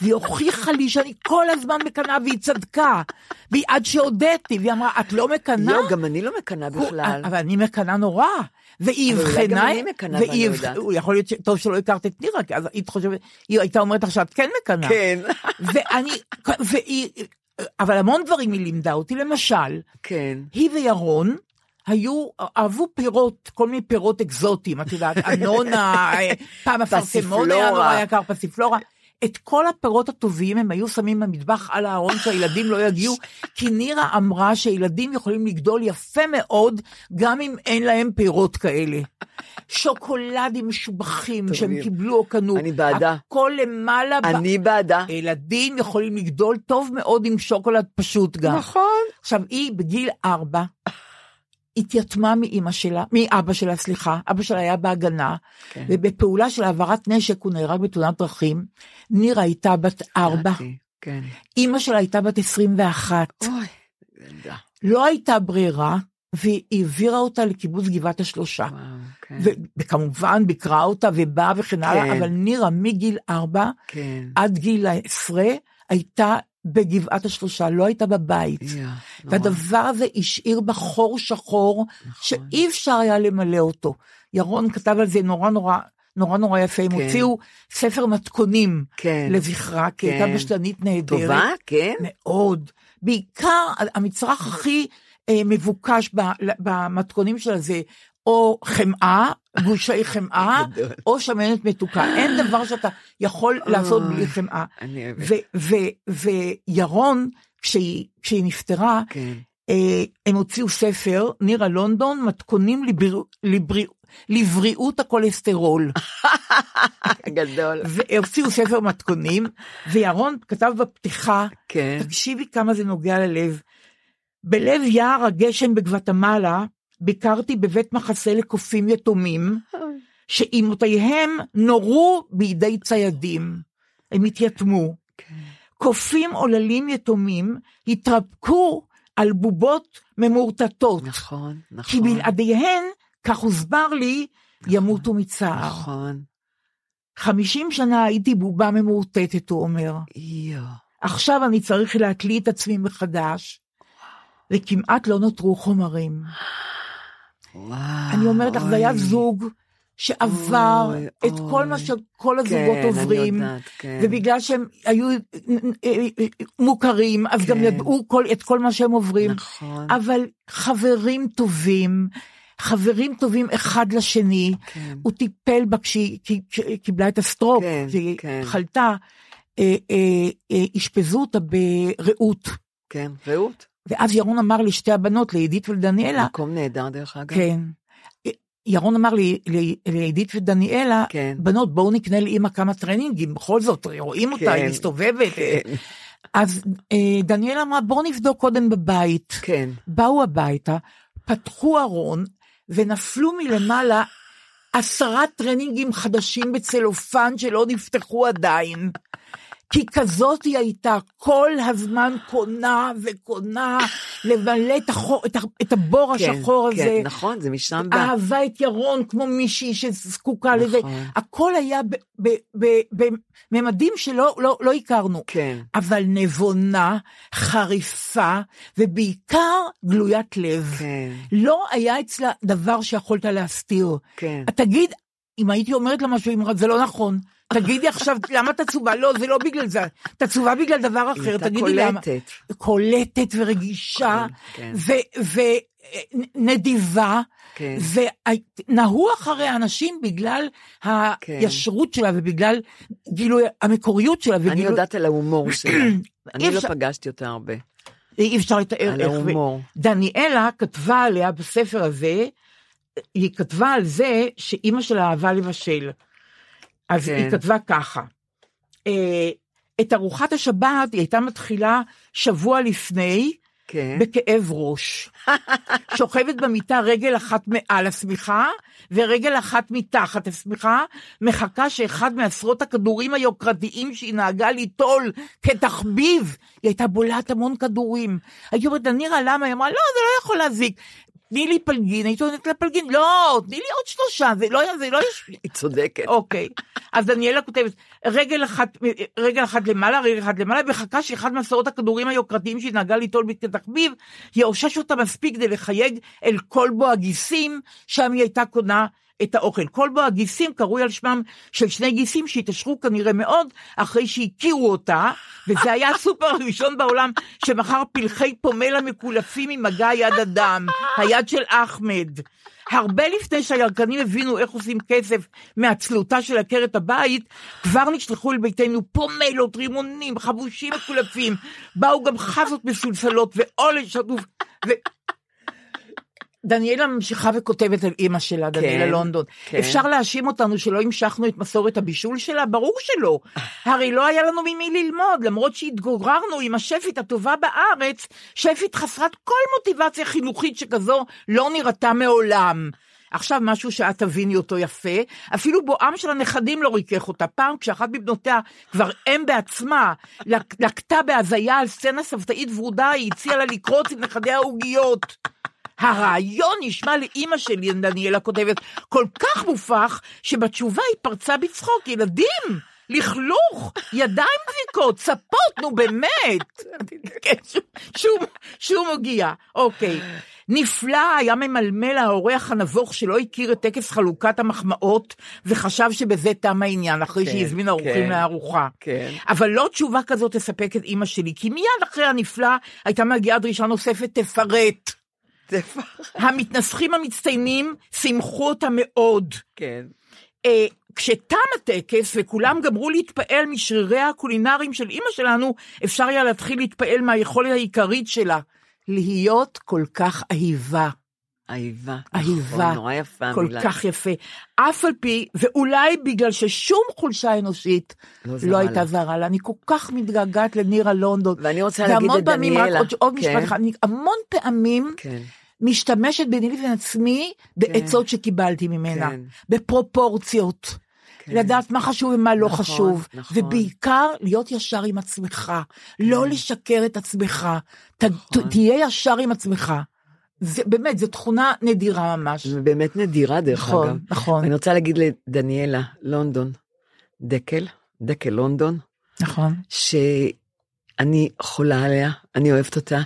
Speaker 5: והיא הוכיחה לי שאני כל הזמן מקנאה, והיא צדקה. והיא עד שהודיתי, והיא אמרה, את לא מקנאה?
Speaker 6: לא, גם אני לא מקנאה בכלל.
Speaker 5: אה, אבל אני מקנאה נורא. והיא
Speaker 6: אבל
Speaker 5: אבחנה...
Speaker 6: אולי גם אני מקנאה
Speaker 5: והיא
Speaker 6: ואני לא
Speaker 5: אבח-
Speaker 6: יודעת.
Speaker 5: הוא יכול להיות שטוב שלא הכרת את נירה, כי אז היית חושבת, היא הייתה אומרת לך שאת כן מקנאה.
Speaker 6: כן.
Speaker 5: ואני, והיא, אבל המון דברים היא לימדה אותי, למשל,
Speaker 6: כן.
Speaker 5: היא וירון היו, אהבו פירות, כל מיני פירות אקזוטיים, את יודעת, אנונה, אה, פעם אפרסמון היה נורא
Speaker 6: פסיפלורה.
Speaker 5: יקר, פסיפלורה. את כל הפירות הטובים הם היו שמים במטבח על הארון שהילדים לא יגיעו, כי נירה אמרה שילדים יכולים לגדול יפה מאוד, גם אם אין להם פירות כאלה. שוקולדים משובחים שהם
Speaker 6: טובים.
Speaker 5: קיבלו או קנו.
Speaker 6: אני בעדה.
Speaker 5: הכל למעלה. ב-
Speaker 6: אני בעדה.
Speaker 5: ילדים יכולים לגדול טוב מאוד עם שוקולד פשוט גם.
Speaker 6: נכון.
Speaker 5: עכשיו, היא בגיל ארבע, התייתמה מאימא שלה, מאבא שלה, סליחה, אבא שלה היה בהגנה,
Speaker 6: כן.
Speaker 5: ובפעולה של העברת נשק הוא נהרג בתאונת דרכים. נירה הייתה בת ארבע,
Speaker 6: כן.
Speaker 5: אימא שלה הייתה בת 21.
Speaker 6: אוי, ילדה.
Speaker 5: לא הייתה ברירה, והיא העבירה אותה לקיבוץ גבעת השלושה.
Speaker 6: וואו, כן.
Speaker 5: אה, ו- וכמובן ביקרה אותה ובאה וכן הלאה,
Speaker 6: כן.
Speaker 5: אבל נירה מגיל ארבע
Speaker 6: כן.
Speaker 5: עד גיל העשרה הייתה בגבעת השלושה, לא הייתה בבית.
Speaker 6: יא, נורא.
Speaker 5: והדבר הזה השאיר בה חור שחור,
Speaker 6: נכון.
Speaker 5: שאי אפשר היה למלא אותו. ירון כתב על זה נורא נורא, נורא נורא יפה, הם
Speaker 6: כן.
Speaker 5: הוציאו ספר מתכונים
Speaker 6: כן.
Speaker 5: לזכרה, כי הייתה
Speaker 6: כן.
Speaker 5: בשלנית נהדרת.
Speaker 6: טובה? כן.
Speaker 5: מאוד. בעיקר המצרך הכי אה, מבוקש ב, במתכונים שלה זה או חמאה, גושי חמאה,
Speaker 6: גדול.
Speaker 5: או שמנת מתוקה. אין דבר שאתה יכול לעשות בלי
Speaker 6: אוי.
Speaker 5: חמאה.
Speaker 6: אני אוהבת.
Speaker 5: ו- ו- וירון, כשהיא, כשהיא נפטרה,
Speaker 6: כן.
Speaker 5: אה, הם הוציאו ספר, נירה לונדון, מתכונים לבריא, לבריא, לבריאות הכולסטרול.
Speaker 6: גדול.
Speaker 5: והוציאו ספר מתכונים, וירון כתב בפתיחה,
Speaker 6: כן.
Speaker 5: תקשיבי כמה זה נוגע ללב. בלב יער הגשם בגבטמלה, ביקרתי בבית מחסה לקופים יתומים, שאימותיהם נורו בידי ציידים. הם התייתמו.
Speaker 6: כן.
Speaker 5: קופים עוללים יתומים התרפקו על בובות ממורטטות,
Speaker 6: נכון,
Speaker 5: כי
Speaker 6: נכון.
Speaker 5: בלעדיהן, כך הוסבר לי, ימותו מצער.
Speaker 6: נכון.
Speaker 5: 50 שנה הייתי בובה ממורטטת, הוא אומר.
Speaker 6: יו.
Speaker 5: עכשיו אני צריך להתליא את עצמי מחדש, וכמעט לא נותרו חומרים.
Speaker 6: וואו.
Speaker 5: אני אומרת לך, זה היה
Speaker 6: אוי.
Speaker 5: זוג שעבר
Speaker 6: אוי,
Speaker 5: את כל
Speaker 6: אוי.
Speaker 5: מה שכל הזוגות
Speaker 6: כן, אני
Speaker 5: עוברים.
Speaker 6: יודעת, כן.
Speaker 5: ובגלל שהם היו אה, אה, אה, מוכרים, אז גם
Speaker 6: כן.
Speaker 5: ידעו כל, את כל מה שהם עוברים.
Speaker 6: נכון.
Speaker 5: אבל חברים טובים, חברים טובים אחד לשני,
Speaker 6: כן.
Speaker 5: הוא טיפל בה כשהיא כי- כשהיא קיבלה את הסטרוק,
Speaker 6: כן,
Speaker 5: כשהיא
Speaker 6: כן.
Speaker 5: חלתה, אה, אה, אה, אשפזו אותה ברעות.
Speaker 6: כן, רעות.
Speaker 5: ואז ירון אמר לשתי הבנות, לידית ולדניאלה,
Speaker 6: מקום נהדר דרך אגב.
Speaker 5: כן. ירון אמר לי, לי- לידית ודניאלה,
Speaker 6: כן.
Speaker 5: בנות, בואו נקנה לאימא כמה טרנינגים, בכל זאת, רואים אותה,
Speaker 6: כן.
Speaker 5: היא מסתובבת.
Speaker 6: כן.
Speaker 5: אז אה, דניאלה אמרה, בואו נבדוק קודם בבית.
Speaker 6: כן.
Speaker 5: באו הביתה, פתחו ארון, ונפלו מלמעלה עשרה טרנינגים חדשים בצלופן שלא נפתחו עדיין. כי כזאת היא הייתה, כל הזמן קונה וקונה למלא את, החור, את, ה- את הבור
Speaker 6: כן,
Speaker 5: השחור
Speaker 6: כן,
Speaker 5: הזה.
Speaker 6: נכון, זה משם בא.
Speaker 5: אהבה את ירון כמו מישהי שזקוקה
Speaker 6: נכון.
Speaker 5: לזה. הכל היה ב- ב- ב- בממדים שלא לא, לא הכרנו.
Speaker 6: כן.
Speaker 5: אבל נבונה, חריפה, ובעיקר גלוית לב.
Speaker 6: כן.
Speaker 5: לא היה אצלה דבר שיכולת להסתיר.
Speaker 6: כן.
Speaker 5: תגיד, אם הייתי אומרת לה משהו, היא אמרה, זה לא נכון. תגידי עכשיו, למה את עצובה? לא, זה לא בגלל זה. את עצובה בגלל דבר
Speaker 6: היא
Speaker 5: אחר,
Speaker 6: הייתה
Speaker 5: תגידי למה.
Speaker 6: קולטת.
Speaker 5: קולטת ורגישה,
Speaker 6: כן,
Speaker 5: ונדיבה,
Speaker 6: כן.
Speaker 5: ונהו אחרי האנשים בגלל
Speaker 6: כן.
Speaker 5: הישרות שלה ובגלל גילוי המקוריות שלה.
Speaker 6: אני
Speaker 5: וגילוי-
Speaker 6: יודעת על ההומור שלה. אני
Speaker 5: אי
Speaker 6: לא
Speaker 5: אפשר-
Speaker 6: פגשתי אותה הרבה.
Speaker 5: אי אפשר לתאר
Speaker 6: על
Speaker 5: איך.
Speaker 6: ההומור.
Speaker 5: דניאלה כתבה עליה בספר הזה, היא כתבה על זה שאימא שלה אהבה לבשל. אז
Speaker 6: כן.
Speaker 5: היא כתבה ככה, אה, את ארוחת השבת היא הייתה מתחילה שבוע לפני,
Speaker 6: כן.
Speaker 5: בכאב ראש. שוכבת במיטה רגל אחת מעל השמיכה ורגל אחת מתחת השמיכה, מחכה שאחד מעשרות הכדורים היוקרתיים שהיא נהגה ליטול כתחביב, היא הייתה בולעת המון כדורים. הייתי אומרת לה, נירה, למה? היא אמרה, לא, זה לא יכול להזיק. תני לי פלגין, הייתי נותנת לה פלגין, לא, תני לי עוד שלושה, זה לא, זה לא יש...
Speaker 6: היא צודקת.
Speaker 5: אוקיי. אז דניאלה כותבת, רגל אחת, רגל אחת למעלה, רגל אחת למעלה, בחכה שאחד מעשרות הכדורים היוקרתיים שהיא נהגה ליטול בתחביב, יאושש אותה מספיק כדי לחייג אל כלבו הגיסים, שם היא הייתה קונה את האוכל. כלבו הגיסים קרוי על שמם של שני גיסים שהתעשרו כנראה מאוד אחרי שהכירו אותה, וזה היה הסופר הראשון בעולם שמכר פלחי פומלה מקולפים עם מגע יד אדם, היד של אחמד. הרבה לפני שהירקנים הבינו איך עושים כסף מעצלותה של עקרת הבית, כבר נשלחו אל ביתנו פומלות, רימונים, חבושים מקולפים, באו גם חזות מסולסלות ועולש עטוף. ו... דניאלה ממשיכה וכותבת על אימא שלה, דניאלה
Speaker 6: כן,
Speaker 5: לונדון.
Speaker 6: כן.
Speaker 5: אפשר להאשים אותנו שלא המשכנו את מסורת הבישול שלה? ברור שלא. הרי לא היה לנו ממי ללמוד, למרות שהתגוררנו עם השפית הטובה בארץ, שפית חסרת כל מוטיבציה חינוכית שכזו לא נראתה מעולם. עכשיו משהו שאת תביני אותו יפה, אפילו בואם של הנכדים לא ריכך אותה. פעם כשאחת מבנותיה, כבר אם בעצמה, לק- לקתה בהזיה על סצנה סבתאית ורודה, היא הציעה לה לקרוץ עם נכדיה העוגיות. הרעיון נשמע לאימא שלי, דניאלה כותבת, כל כך מופרך, שבתשובה היא פרצה בצחוק. ילדים, לכלוך, ידיים דביקות, צפות, נו באמת. כן, שום- שום, שום הוגיה. אוקיי. נפלא היה ממלמל האורח הנבוך שלא הכיר את טקס חלוקת המחמאות, וחשב שבזה תם העניין, אחרי
Speaker 6: כן,
Speaker 5: שהזמין אורחים
Speaker 6: כן.
Speaker 5: לארוחה.
Speaker 6: כן.
Speaker 5: אבל לא תשובה כזאת תספק את אימא שלי, כי מיד אחרי הנפלא הייתה מגיעה דרישה נוספת, תפרט. המתנסחים המצטיינים שימחו אותה מאוד.
Speaker 6: כן.
Speaker 5: אה, כשתם הטקס וכולם גמרו להתפעל משריריה הקולינריים של אימא שלנו, אפשר היה להתחיל להתפעל מהיכולת העיקרית שלה, להיות כל כך אהיבה.
Speaker 6: אהיבה.
Speaker 5: אהיבה.
Speaker 6: נכון, נורא יפה
Speaker 5: כל
Speaker 6: המילה.
Speaker 5: כך יפה. אף על פי, ואולי בגלל ששום חולשה אנושית
Speaker 6: לא זרה
Speaker 5: לא הייתה
Speaker 6: לה.
Speaker 5: זרה לה. אני כל כך מתגעגעת לנירה לונדון.
Speaker 6: ואני רוצה להגיד
Speaker 5: והמון
Speaker 6: לדניאלה,
Speaker 5: פעמים, רק עוד- עוד משפט
Speaker 6: כן.
Speaker 5: אחד, אני המון פעמים
Speaker 6: כן.
Speaker 5: משתמשת ביני לבין עצמי בעצות שקיבלתי ממנה,
Speaker 6: כן.
Speaker 5: בפרופורציות. לדעת מה חשוב ומה לא
Speaker 6: נכון,
Speaker 5: חשוב,
Speaker 6: נכון. כן.
Speaker 5: ובעיקר להיות ישר עם עצמך, לא לשקר את עצמך, ת-
Speaker 6: נכון.
Speaker 5: ת- תהיה ישר עם עצמך. זה באמת, זו תכונה נדירה ממש.
Speaker 6: זה באמת נדירה דרך
Speaker 5: נכון,
Speaker 6: אגב.
Speaker 5: נכון.
Speaker 6: אני לא- רוצה להגיד לדניאלה לונדון, דקל, דקל לונדון,
Speaker 5: נכון.
Speaker 6: שאני חולה עליה, אני אוהבת אותה.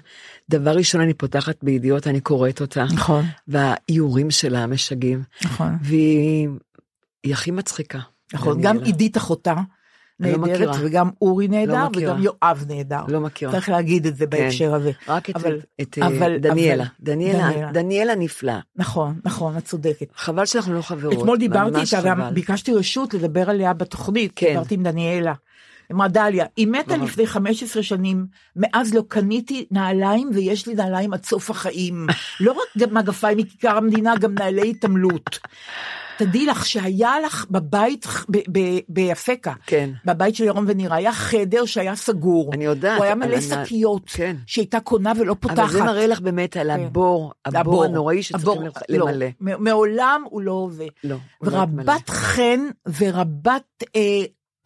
Speaker 6: דבר ראשון, אני פותחת בידיעות, אני קוראת אותה,
Speaker 5: נכון,
Speaker 6: והאיורים שלה משגעים,
Speaker 5: נכון.
Speaker 6: והיא היא הכי מצחיקה.
Speaker 5: נכון,
Speaker 6: דניאלה.
Speaker 5: גם עידית אחותה
Speaker 6: לא
Speaker 5: נהדרת,
Speaker 6: מכירה.
Speaker 5: וגם אורי נהדר,
Speaker 6: לא מכירה.
Speaker 5: וגם יואב נהדר.
Speaker 6: לא מכירה.
Speaker 5: צריך להגיד את זה בהקשר הזה.
Speaker 6: רק את,
Speaker 5: אבל-
Speaker 6: את אה,
Speaker 5: אבל-
Speaker 6: דניאלה.
Speaker 5: אבל-
Speaker 6: דניאלה,
Speaker 5: דניאלה.
Speaker 6: דניאלה נפלאה.
Speaker 5: נכון, נכון, את צודקת.
Speaker 6: חבל שאנחנו לא חברות.
Speaker 5: אתמול דיברתי
Speaker 6: ממש
Speaker 5: איתה,
Speaker 6: חבל.
Speaker 5: גם ביקשתי רשות לדבר עליה בתוכנית,
Speaker 6: כן.
Speaker 5: דיברתי עם דניאלה. אמרה דליה, היא מתה
Speaker 6: ממש.
Speaker 5: לפני 15 שנים, מאז לא קניתי נעליים ויש לי נעליים עד סוף החיים. לא רק גם מגפיים מכיכר המדינה, גם נעלי התעמלות. תדעי לך שהיה לך בבית, ב- ב- ביפקה,
Speaker 6: כן.
Speaker 5: בבית של ירון ונירה, היה חדר שהיה סגור.
Speaker 6: אני יודעת,
Speaker 5: הוא היה
Speaker 6: אבל
Speaker 5: מלא
Speaker 6: אני-
Speaker 5: שקיות,
Speaker 6: כן.
Speaker 5: שהייתה קונה ולא פותחת.
Speaker 6: אבל זה מראה לך באמת על הבור, הבור הנוראי שצריכים
Speaker 5: כן. הבור,
Speaker 6: למ-
Speaker 5: לא.
Speaker 6: למלא.
Speaker 5: מ- מעולם הוא לא ו...
Speaker 6: לא, הוא לא התמלא.
Speaker 5: ורבת חן ורבת אה,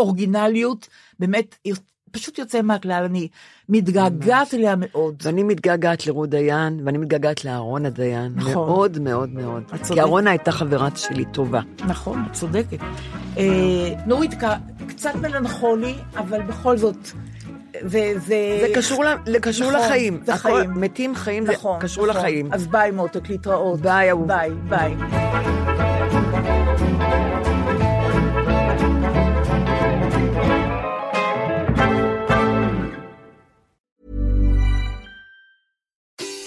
Speaker 5: אורגינליות, באמת, היא פשוט יוצא מהכלל, אני מתגעגעת אליה מאוד.
Speaker 6: ואני מתגעגעת לרות דיין, ואני מתגעגעת לאהרונה דיין.
Speaker 5: נכון.
Speaker 6: מאוד מאוד מאוד.
Speaker 5: את צודקת.
Speaker 6: כי אהרונה הייתה חברה שלי טובה.
Speaker 5: נכון, את צודקת. אה, נורית, ק- קצת מלנכולי, אבל בכל זאת, וזה...
Speaker 6: זה קשור ל- זה קשור
Speaker 5: אה, נכון,
Speaker 6: לחיים.
Speaker 5: זה
Speaker 6: הכל-
Speaker 5: חיים.
Speaker 6: מתים חיים, זה
Speaker 5: נכון,
Speaker 6: קשור
Speaker 5: נכון.
Speaker 6: לחיים.
Speaker 5: אז ביי מותק, להתראות.
Speaker 6: ביי, אהוב.
Speaker 5: ביי, ביי.